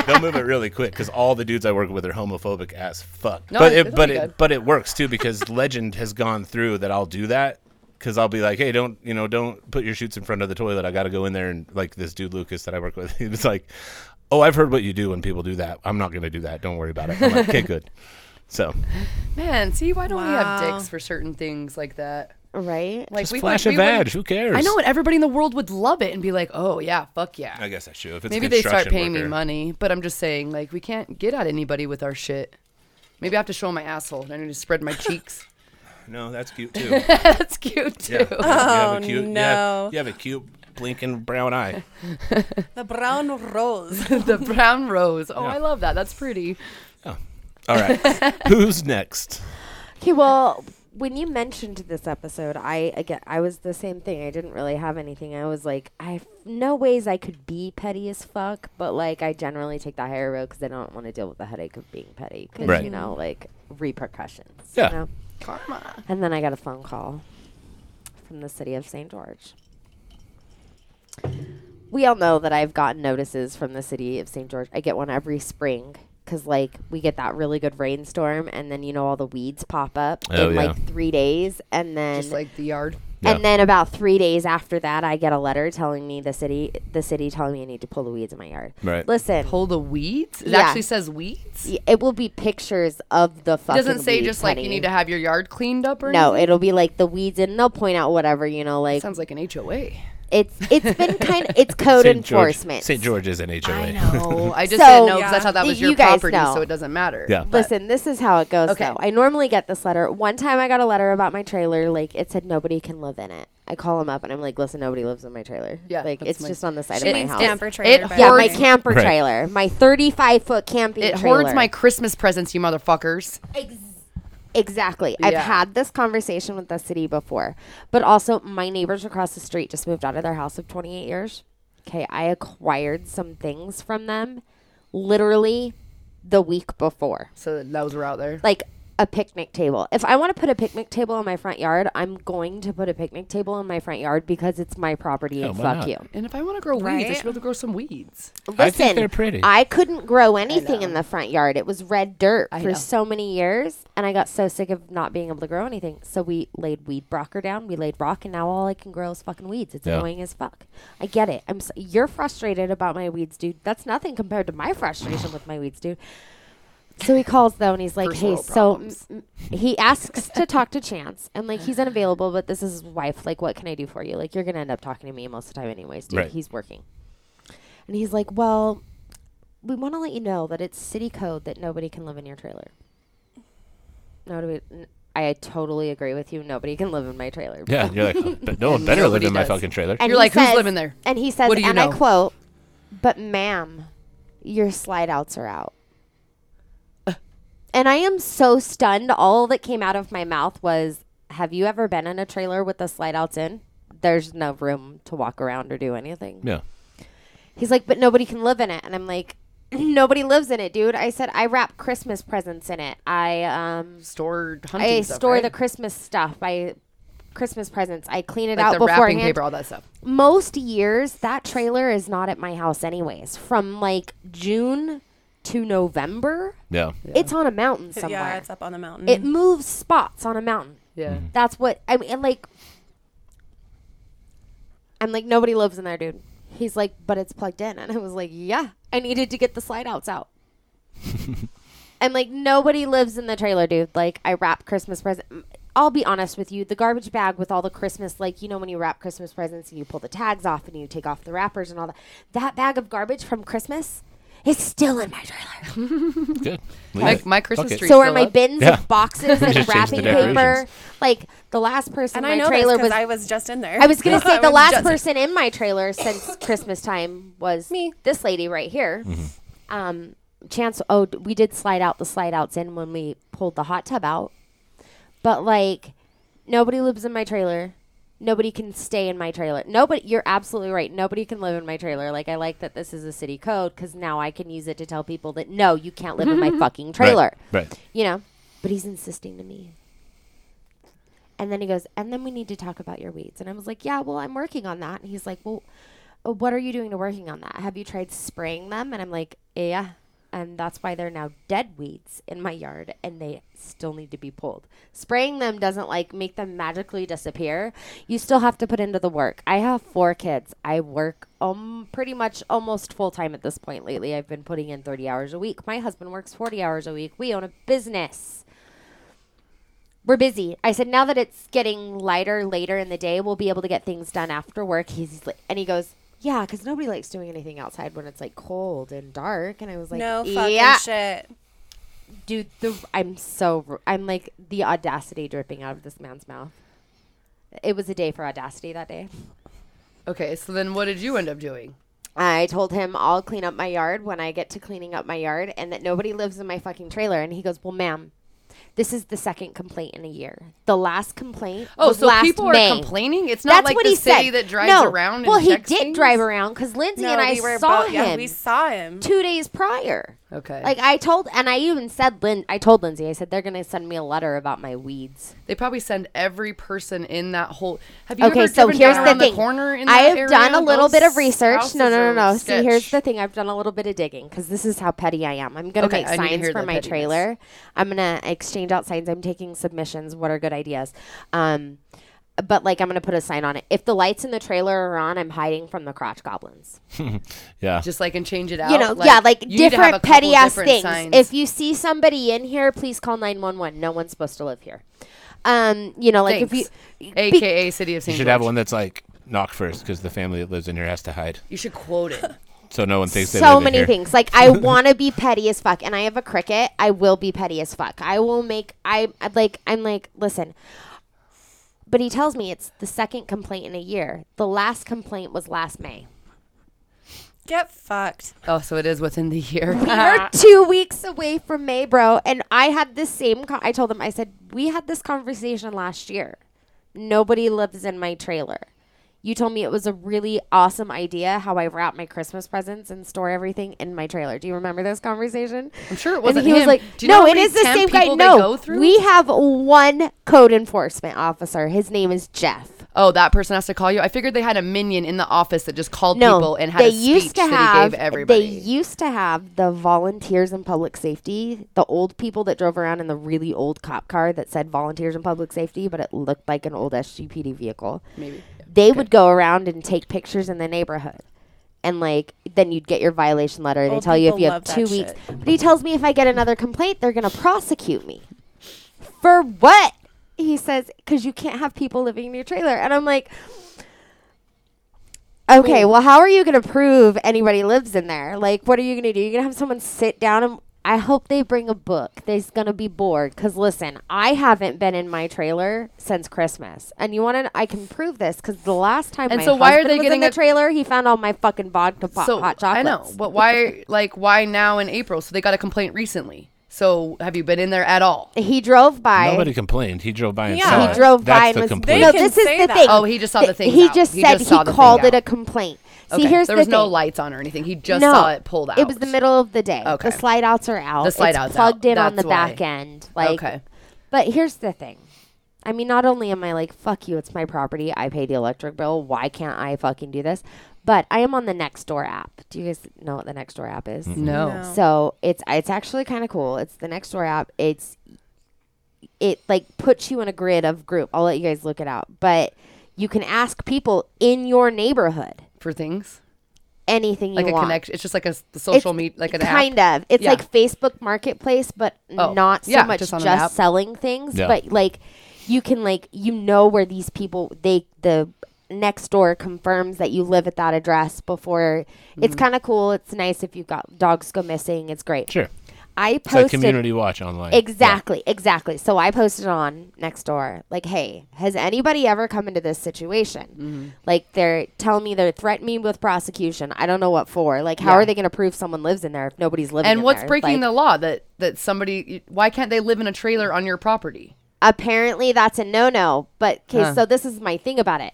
Speaker 3: They'll move it really quick because all the dudes I work with are homophobic as fuck.
Speaker 1: No,
Speaker 3: but
Speaker 1: it's-
Speaker 3: it,
Speaker 1: it's
Speaker 3: but
Speaker 1: all
Speaker 3: it
Speaker 1: good.
Speaker 3: but it works too because legend has gone through that I'll do that because I'll be like, hey, don't you know, don't put your shoots in front of the toilet. I got to go in there and like this dude Lucas that I work with. He was like, oh, I've heard what you do when people do that. I'm not gonna do that. Don't worry about it. I'm like, okay, good. So
Speaker 1: Man, see why don't we have
Speaker 2: Wow.
Speaker 1: dicks for certain things like that?
Speaker 4: right.
Speaker 1: Like
Speaker 3: just
Speaker 1: we
Speaker 3: flash
Speaker 1: would,
Speaker 3: a
Speaker 1: we
Speaker 3: badge.
Speaker 1: wouldn't-
Speaker 3: Who cares?
Speaker 1: I know, and everybody in the world would love it and be like, "Oh yeah, fuck yeah."
Speaker 3: I guess that's true. If it's a
Speaker 1: Maybe they start
Speaker 3: construction
Speaker 1: paying me
Speaker 3: worker.
Speaker 1: money, but I'm just saying, like, we can't get at anybody with our shit. Maybe I have to show 'em my asshole. and I need to spread my cheeks.
Speaker 3: No, that's cute too.
Speaker 1: That's cute too.
Speaker 3: Yeah. Oh, You
Speaker 2: no.
Speaker 3: have, you have a cute blinking brown eye.
Speaker 2: The brown rose.
Speaker 1: the brown rose. Oh,
Speaker 3: Yeah.
Speaker 1: I love that. That's pretty.
Speaker 3: Oh. All right. Who's next?
Speaker 4: Okay, well, when you mentioned this episode, I again, I was the same thing. I didn't really have anything. I was like, I have no ways I could be petty as fuck, but like I generally take the higher road because I don't want to deal with the headache of being petty, 'cause,
Speaker 3: Right.
Speaker 4: you know, like repercussions.
Speaker 3: Yeah.
Speaker 4: You know?
Speaker 1: Karma.
Speaker 4: And then I got a phone call from the city of St. George. We all know that I've gotten notices from the city of St. George. I get one every spring because, like, we get that really good rainstorm, and then you know all the weeds pop up
Speaker 3: Oh,
Speaker 4: in
Speaker 3: yeah.
Speaker 4: like three days, and then
Speaker 1: Just like the yard.
Speaker 3: Yeah.
Speaker 4: and then about three days after that, I get a letter telling me the city the city telling me I need to pull the weeds in my yard.
Speaker 3: Right.
Speaker 4: Listen,
Speaker 1: Pull the weeds. It
Speaker 4: Yeah.
Speaker 1: actually says weeds.
Speaker 4: y- it will be pictures of the
Speaker 1: It
Speaker 4: fucking.
Speaker 1: doesn't say
Speaker 4: weeds,
Speaker 1: just like you
Speaker 4: honey.
Speaker 1: need to have your yard cleaned up or
Speaker 4: No,
Speaker 1: anything.
Speaker 4: it'll be like the weeds, and they'll point out whatever you know, like
Speaker 1: Sounds like an HOA.
Speaker 4: It's it's been kind of it's code
Speaker 3: St. George-
Speaker 4: enforcement.
Speaker 3: St. George is an HOA.
Speaker 1: I know. Oh, I just
Speaker 4: So-
Speaker 1: didn't know because I
Speaker 2: Yeah.
Speaker 1: thought that was
Speaker 4: You
Speaker 1: your
Speaker 4: guys
Speaker 1: property,
Speaker 4: know.
Speaker 1: so it doesn't matter.
Speaker 3: Yeah.
Speaker 1: But-
Speaker 4: Listen, this is how it goes
Speaker 1: Okay.
Speaker 4: though. I normally get this letter. One time I got a letter about my trailer, like it said nobody can live in it. I call him up and I'm like, listen, nobody lives in my trailer.
Speaker 1: Yeah,
Speaker 4: like
Speaker 1: that's
Speaker 4: it's
Speaker 1: my-
Speaker 4: just on the side
Speaker 2: She
Speaker 4: of my
Speaker 2: means
Speaker 4: house.
Speaker 2: camper trailer. by the
Speaker 4: Yeah, my
Speaker 1: hoards-
Speaker 2: way.
Speaker 4: camper
Speaker 3: Right.
Speaker 4: trailer, my 35 foot camping
Speaker 1: It
Speaker 4: trailer.
Speaker 1: hoards my Christmas presents, you motherfuckers.
Speaker 4: Exactly. I've
Speaker 1: Yeah.
Speaker 4: had this conversation with the city before, but also my neighbors across the street just moved out of their house of 28 years. Okay, I acquired some things from them literally the week before.
Speaker 1: So that those were out there.
Speaker 4: Like a picnic table. If I want to put a picnic table in my front yard, I'm going to put a picnic table in my front yard because it's my property and
Speaker 3: Oh, why
Speaker 4: fuck
Speaker 3: not?
Speaker 4: you.
Speaker 1: And if I want to grow weeds, I should be able to grow some weeds.
Speaker 4: Listen,
Speaker 3: I think they're pretty.
Speaker 4: I couldn't grow anything in the front yard. It was red dirt for
Speaker 1: know.
Speaker 4: so many years, and I got so sick of not being able to grow anything. So we laid weed brocker down. We laid rock, and now all I can grow is fucking weeds. It's
Speaker 3: Yeah.
Speaker 4: annoying as fuck. I get it. I'm. So, you're frustrated about my weeds, dude. That's nothing compared to my frustration with my weeds, dude. So he calls though, and he's like,
Speaker 1: First
Speaker 4: "Hey,
Speaker 1: world
Speaker 4: so
Speaker 1: problems.
Speaker 4: m- m- he asks to talk to Chance, and like he's unavailable, but this is his wife. Like, what can I do for you? Like, you're gonna end up talking to me most of the time, anyways, dude.
Speaker 3: Right.
Speaker 4: He's working." And he's like, Well, we want to let you know that it's city code that nobody can live in your trailer. Nobody, n- I totally agree with you. Nobody can live in my trailer.
Speaker 3: Yeah, you're like, "Oh, but no one better live
Speaker 1: nobody
Speaker 3: in my
Speaker 1: does.
Speaker 3: fucking trailer.
Speaker 4: And
Speaker 1: You're
Speaker 4: he
Speaker 1: like, "Who's
Speaker 4: says-
Speaker 1: living there?
Speaker 4: And he says,
Speaker 1: What do you
Speaker 4: and
Speaker 1: know?"
Speaker 4: I quote, But ma'am, your slide outs are out. and I am so stunned. All that came out of my mouth was, Have you ever been in a trailer with the slide outs in? There's no room to walk around or do anything.
Speaker 3: yeah.
Speaker 4: He's like, but nobody can live in it. And I'm like, nobody lives in it, dude. I said, I wrap Christmas presents in it. I um,
Speaker 1: Store hunting
Speaker 4: I
Speaker 1: stuff,
Speaker 4: store
Speaker 1: right?
Speaker 4: the Christmas stuff. I Christmas presents. I clean it
Speaker 1: like
Speaker 4: out
Speaker 1: the wrapping
Speaker 4: beforehand.
Speaker 1: paper, all that stuff.
Speaker 4: Most years, that trailer is not at my house, anyways. From like June to November,
Speaker 3: Yeah.
Speaker 4: it's on a mountain somewhere.
Speaker 2: Yeah, it's up on the mountain.
Speaker 4: it moves spots on a mountain.
Speaker 1: Yeah.
Speaker 4: That's what I mean. and, Like, I'm like nobody lives in there, dude. He's like, but it's plugged in, and I was like, yeah, I needed to get the slide outs out. I'm like nobody lives in the trailer, dude. Like I wrap Christmas present. I'll be honest with you, the garbage bag with all the Christmas, like you know when you wrap Christmas presents and you pull the tags off and you take off the wrappers and all that. That bag of garbage from Christmas is still in my trailer.
Speaker 3: Good. Leave
Speaker 1: My,
Speaker 3: it.
Speaker 1: my Christmas
Speaker 3: Fuck it.
Speaker 1: tree.
Speaker 4: So are
Speaker 1: still
Speaker 4: my
Speaker 1: up?
Speaker 4: bins
Speaker 3: Yeah.
Speaker 4: of boxes and
Speaker 3: Just change the
Speaker 4: wrapping paper.
Speaker 3: decorations.
Speaker 4: Like the last person
Speaker 2: and
Speaker 4: my
Speaker 2: I know
Speaker 4: trailer
Speaker 2: because
Speaker 4: was.
Speaker 2: I was just in there.
Speaker 4: I was gonna say the
Speaker 2: was
Speaker 4: last
Speaker 2: just-
Speaker 4: person in my trailer since Christmas time was me. This lady right here.
Speaker 3: Mm-hmm.
Speaker 4: Um, Chance. Oh, d- we did slide out the slide outs in when we pulled the hot tub out, but like nobody lives in my trailer. Nobody can stay in my trailer. Nobody. You're absolutely right. Nobody can live in my trailer. Like I like that this is a city code because now I can use it to tell people that no, you can't live in my fucking trailer
Speaker 3: Right. right.
Speaker 4: you know but he's insisting to me and then he goes and then we need to talk about your weeds and i was like yeah well i'm working on that and he's like well uh, what are you doing to working on that have you tried spraying them and i'm like yeah and that's why they're now dead weeds in my yard and they still need to be pulled spraying them doesn't like make them magically disappear you still have to put into the work i have four kids i work um pretty much almost full time at this point lately i've been putting in 30 hours a week my husband works 40 hours a week we own a business we're busy. I said, now that it's getting lighter later in the day, we'll be able to get things done after work. He's like, and he goes, yeah, because nobody likes doing anything outside when it's like cold and dark. And I was like,
Speaker 2: no fucking
Speaker 4: yeah,
Speaker 2: shit.
Speaker 4: dude, the, I'm so, I'm like the audacity dripping out of this man's mouth. It was a day for audacity that day.
Speaker 1: Okay, so then what did you end up doing?
Speaker 4: I told him I'll clean up my yard when I get to cleaning up my yard and that nobody lives in my fucking trailer. And he goes, Well, ma'am, this is the second complaint in a year. The last complaint.
Speaker 1: Oh,
Speaker 4: was
Speaker 1: so
Speaker 4: last
Speaker 1: people
Speaker 4: May.
Speaker 1: are complaining. It's not
Speaker 4: That's
Speaker 1: like
Speaker 4: what
Speaker 1: the
Speaker 4: he
Speaker 1: city
Speaker 4: said.
Speaker 1: that drives
Speaker 4: no.
Speaker 1: around. And
Speaker 4: well, he
Speaker 1: checks
Speaker 4: did
Speaker 1: things?
Speaker 4: drive around because Lindsay
Speaker 2: No,
Speaker 4: and I
Speaker 2: we were
Speaker 4: saw
Speaker 2: both-
Speaker 4: him
Speaker 2: Yeah, we saw him.
Speaker 4: two days prior.
Speaker 1: Okay,
Speaker 4: Like I told, and I even said, Lin- I told Lindsay, I said they're gonna send me a letter about my weeds.
Speaker 1: they probably send every person in that whole. Have you
Speaker 4: okay,
Speaker 1: ever
Speaker 4: so
Speaker 1: driven
Speaker 4: here's
Speaker 1: down
Speaker 4: the
Speaker 1: around
Speaker 4: thing.
Speaker 1: corner in
Speaker 4: I
Speaker 1: that
Speaker 4: have
Speaker 1: area?
Speaker 4: done a little
Speaker 1: Those
Speaker 4: bit of research.
Speaker 1: houses
Speaker 4: No, no, no,
Speaker 1: are
Speaker 4: no. See, here's
Speaker 1: sketch.
Speaker 4: the thing. I've done a little bit of digging because this is how petty I am. I'm gonna
Speaker 1: Okay,
Speaker 4: make
Speaker 1: I need to
Speaker 4: signs
Speaker 1: hear
Speaker 4: for
Speaker 1: the
Speaker 4: my
Speaker 1: pettiness.
Speaker 4: trailer. I'm gonna exchange out signs. I'm taking submissions. What are good ideas? Um, but like I'm gonna put a sign on it. If the lights in the trailer are on, I'm hiding from the crotch goblins.
Speaker 3: Yeah.
Speaker 1: Just Oh, like and change it out.
Speaker 4: you know, yeah, like
Speaker 1: you need to have a
Speaker 4: different
Speaker 1: couple
Speaker 4: petty ass
Speaker 1: different
Speaker 4: things.
Speaker 1: signs.
Speaker 4: If you see somebody in here, please call nine one one. No one's supposed to live here. Um, you know, like
Speaker 1: Thanks.
Speaker 4: if you be-
Speaker 1: AKA City of
Speaker 3: You
Speaker 1: St.
Speaker 3: should
Speaker 1: George.
Speaker 3: have one that's like knock first because the family that lives in here has to hide,
Speaker 1: You should quote it.
Speaker 3: so no one thinks they
Speaker 4: so
Speaker 3: live
Speaker 4: many
Speaker 3: in here.
Speaker 4: things. Like I want to be petty as fuck, and I have a cricket. I will be petty as fuck. I will make. I I'd like. I'm like. Listen. But he tells me it's the second complaint in a year. The last complaint was last May.
Speaker 2: Get fucked.
Speaker 1: Oh, so it is within the year.
Speaker 4: We are two weeks away from May, bro. And I had this same. Con- I told him. I said we had this conversation last year. Nobody lives in my trailer. You told me it was a really awesome idea how I wrap my Christmas presents and store everything in my trailer. Do you remember this conversation?
Speaker 1: I'm sure it
Speaker 4: And
Speaker 1: wasn't
Speaker 4: he was
Speaker 1: him.
Speaker 4: like,
Speaker 1: Do you know
Speaker 4: "No,
Speaker 1: how
Speaker 4: it
Speaker 1: many
Speaker 4: is the
Speaker 1: temp
Speaker 4: same guy.
Speaker 1: people they
Speaker 4: No,
Speaker 1: go through?
Speaker 4: we have one code enforcement officer. His name is Jeff."
Speaker 1: Oh, that person has to call you. I figured they had a minion in the office that just called
Speaker 4: no,
Speaker 1: people and had
Speaker 4: they
Speaker 1: a speech
Speaker 4: used to
Speaker 1: that he
Speaker 4: have,
Speaker 1: gave everybody.
Speaker 4: They used to have the volunteers in public safety, the old people that drove around in the really old cop car that said volunteers in public safety, but it looked like an old SGPD vehicle.
Speaker 1: Maybe.
Speaker 4: They would go around and take pictures in the neighborhood. And like then you'd get your violation letter. They
Speaker 2: Old
Speaker 4: tell you if
Speaker 2: people
Speaker 4: you have
Speaker 2: love that
Speaker 4: two weeks.
Speaker 2: shit.
Speaker 4: But he tells me if I get another complaint, they're gonna prosecute me. For what? He says because you can't have people living in your trailer. And I'm like, Okay, well, how are you going to prove anybody lives in there? Like, what are you going to do? You're going to have someone sit down and I hope they bring a book. They're going to be bored. Because, listen, I haven't been in my trailer since Christmas. And you want to, I can prove this because the last time
Speaker 1: And
Speaker 4: my
Speaker 1: so why are
Speaker 4: husband
Speaker 1: they
Speaker 4: was
Speaker 1: getting
Speaker 4: in
Speaker 1: a-
Speaker 4: the trailer, he found all my fucking vodka pop,
Speaker 1: so
Speaker 4: hot
Speaker 1: I
Speaker 4: chocolates.
Speaker 1: know, but why? Like, why now in April? So they got a complaint recently. So have you been in there at all?
Speaker 4: He drove by.
Speaker 3: Nobody complained. He drove by and
Speaker 2: Yeah.
Speaker 3: saw
Speaker 2: He
Speaker 3: it.
Speaker 4: drove
Speaker 3: That's
Speaker 4: by
Speaker 3: the
Speaker 4: and was
Speaker 3: complaint.
Speaker 4: no.
Speaker 2: They
Speaker 4: This
Speaker 2: can
Speaker 4: is
Speaker 2: say
Speaker 4: the
Speaker 2: that.
Speaker 4: thing.
Speaker 1: Oh, he just saw the things
Speaker 4: He
Speaker 1: out.
Speaker 4: just
Speaker 1: He
Speaker 4: said
Speaker 1: just saw the things
Speaker 4: he called it
Speaker 1: out.
Speaker 4: a complaint. See,
Speaker 1: Okay.
Speaker 4: here's
Speaker 1: there
Speaker 4: the
Speaker 1: was no
Speaker 4: thing.
Speaker 1: lights on or anything. He just saw it pulled out.
Speaker 4: It was the middle of the day.
Speaker 1: Okay.
Speaker 4: The slide outs are out.
Speaker 1: The slide
Speaker 4: it's
Speaker 1: out's
Speaker 4: plugged
Speaker 1: out.
Speaker 4: in on the
Speaker 1: That's why.
Speaker 4: back end. Like,
Speaker 1: Okay.
Speaker 4: But here's the thing. I mean, not only am I like, fuck you, it's my property. I pay the electric bill. Why can't I fucking do this? But I am on the Nextdoor app. Do you guys know what the Nextdoor app is?
Speaker 1: No.
Speaker 2: No.
Speaker 4: So it's it's actually kind of cool. It's the Nextdoor app. It's it like puts you in a grid of group. I'll let you guys look it out. But you can ask people in your neighborhood
Speaker 1: for things
Speaker 4: anything you
Speaker 1: like a
Speaker 4: want.
Speaker 1: connection. It's just like a s- social
Speaker 4: It's
Speaker 1: media, like an app.
Speaker 4: kind of it's
Speaker 1: Yeah.
Speaker 4: like facebook marketplace but
Speaker 1: Oh,
Speaker 4: not so
Speaker 1: yeah,
Speaker 4: much
Speaker 1: just
Speaker 4: just,
Speaker 1: on an app.
Speaker 4: selling things
Speaker 3: Yeah.
Speaker 4: but like you can like you know where these people they the next door confirms that you live at that address before it's
Speaker 1: Mm-hmm.
Speaker 4: kind of cool it's nice if you've got dogs go missing it's great
Speaker 3: Sure.
Speaker 4: i
Speaker 3: It's like
Speaker 4: posted
Speaker 3: community watch online.
Speaker 4: Exactly, exactly. So I posted on Nextdoor, like, hey, has anybody ever come into this situation?
Speaker 1: Mm-hmm.
Speaker 4: Like, they're telling me they're threatening me with prosecution. I don't know what for. Like, how
Speaker 1: Yeah.
Speaker 4: are they going to prove someone lives in there if nobody's living
Speaker 1: And
Speaker 4: in
Speaker 1: what's
Speaker 4: there?
Speaker 1: breaking
Speaker 4: Like,
Speaker 1: the law that that somebody? Why can't they live in a trailer on your property?
Speaker 4: Apparently, that's a no no. But, okay,
Speaker 1: Huh.
Speaker 4: so this is my thing about it.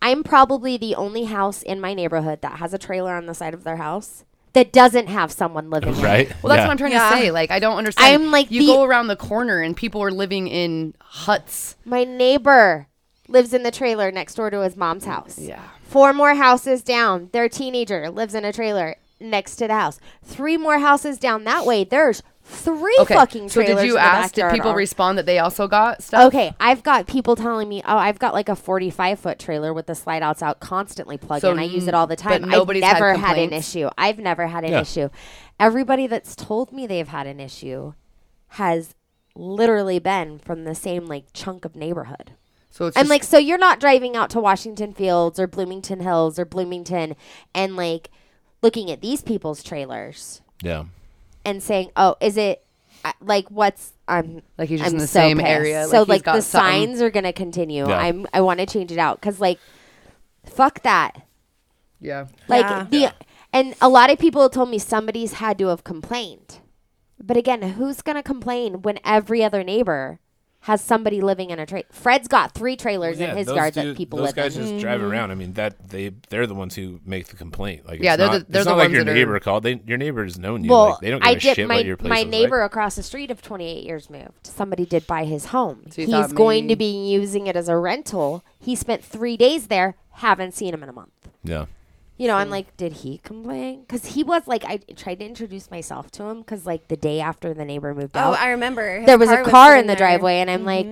Speaker 4: I'm probably the only house in my neighborhood that has a trailer on the side of their house that doesn't have someone living in
Speaker 3: Yeah.
Speaker 4: it.
Speaker 3: Right?
Speaker 1: Well, that's
Speaker 3: Yeah.
Speaker 1: what I'm trying
Speaker 2: Yeah.
Speaker 1: to say. Like, I don't understand.
Speaker 4: I'm like
Speaker 1: you
Speaker 4: the-
Speaker 1: go around the corner and people are living in huts.
Speaker 4: My neighbor lives in the trailer next door to his mom's house.
Speaker 1: Yeah.
Speaker 4: Four more houses down, their teenager lives in a trailer next to the house. Three more houses down that way, there's three
Speaker 1: Okay,
Speaker 4: fucking
Speaker 1: so
Speaker 4: trailers.
Speaker 1: did
Speaker 4: in
Speaker 1: you
Speaker 4: the
Speaker 1: ask? Did
Speaker 4: backyard
Speaker 1: people
Speaker 4: all-
Speaker 1: respond that they also got stuff?
Speaker 4: Okay, I've got people telling me, "Oh, I've got like a 45-foot trailer with the slide outs out constantly plugged
Speaker 1: So
Speaker 4: in. I use
Speaker 1: n-
Speaker 4: it all the
Speaker 1: but
Speaker 4: time.
Speaker 1: nobody's had
Speaker 4: I've never had, an
Speaker 1: complaints?
Speaker 4: issue. I've never had an
Speaker 3: Yeah.
Speaker 4: issue. Everybody that's told me they've had an issue has literally been from the same like chunk of neighborhood.
Speaker 1: So it's
Speaker 4: I'm
Speaker 1: just,
Speaker 4: like, so you're not driving out to Washington Fields or Bloomington Hills or Bloomington and like looking at these people's trailers
Speaker 3: Yeah.
Speaker 4: and saying, oh, is it I- like what's I'm
Speaker 1: Like, he's just
Speaker 4: I'm
Speaker 1: in the
Speaker 4: so
Speaker 1: same
Speaker 4: pissed.
Speaker 1: area, like,
Speaker 4: So
Speaker 1: he's
Speaker 4: like,
Speaker 1: got
Speaker 4: the
Speaker 1: something-
Speaker 4: signs are gonna continue.
Speaker 3: Yeah.
Speaker 4: I'm I want to change it out because like, fuck that.
Speaker 1: yeah.
Speaker 4: Like
Speaker 2: Yeah.
Speaker 4: the and a lot of people told me somebody's had to have complained, but again, who's gonna complain when every other neighbor? Has somebody living in a trailer? Fred's got three trailers in his
Speaker 3: those
Speaker 4: yard that
Speaker 3: dude-
Speaker 4: people
Speaker 3: those
Speaker 4: live in.
Speaker 3: guys just drive around. I mean, that they they're the ones who make the complaint. Like,
Speaker 1: Yeah,
Speaker 3: it's
Speaker 1: they're
Speaker 3: not,
Speaker 1: the- they're
Speaker 3: it's
Speaker 1: the
Speaker 3: not like
Speaker 1: ones
Speaker 3: your
Speaker 1: that are-
Speaker 3: neighbor called. They, your neighbor's known you.
Speaker 4: Well,
Speaker 3: like, they don't give
Speaker 4: I
Speaker 3: a
Speaker 4: did.
Speaker 3: shit
Speaker 4: my
Speaker 3: what your place
Speaker 4: my
Speaker 3: is like.
Speaker 4: neighbor across the street of 28 years moved. Somebody did buy his home.
Speaker 1: So you
Speaker 4: He's
Speaker 1: thought
Speaker 4: going to
Speaker 1: maybe-
Speaker 4: be using it as a rental. He spent three days there. Haven't seen him in a month.
Speaker 3: Yeah.
Speaker 4: You know, I'm like, did he complain? Because he was like, I tried to introduce myself to him because like the day after the neighbor moved
Speaker 2: Oh,
Speaker 4: out,
Speaker 2: I remember. His
Speaker 4: there was a car in
Speaker 2: sitting
Speaker 4: the
Speaker 2: there. Mm-hmm.
Speaker 4: driveway, and I'm like,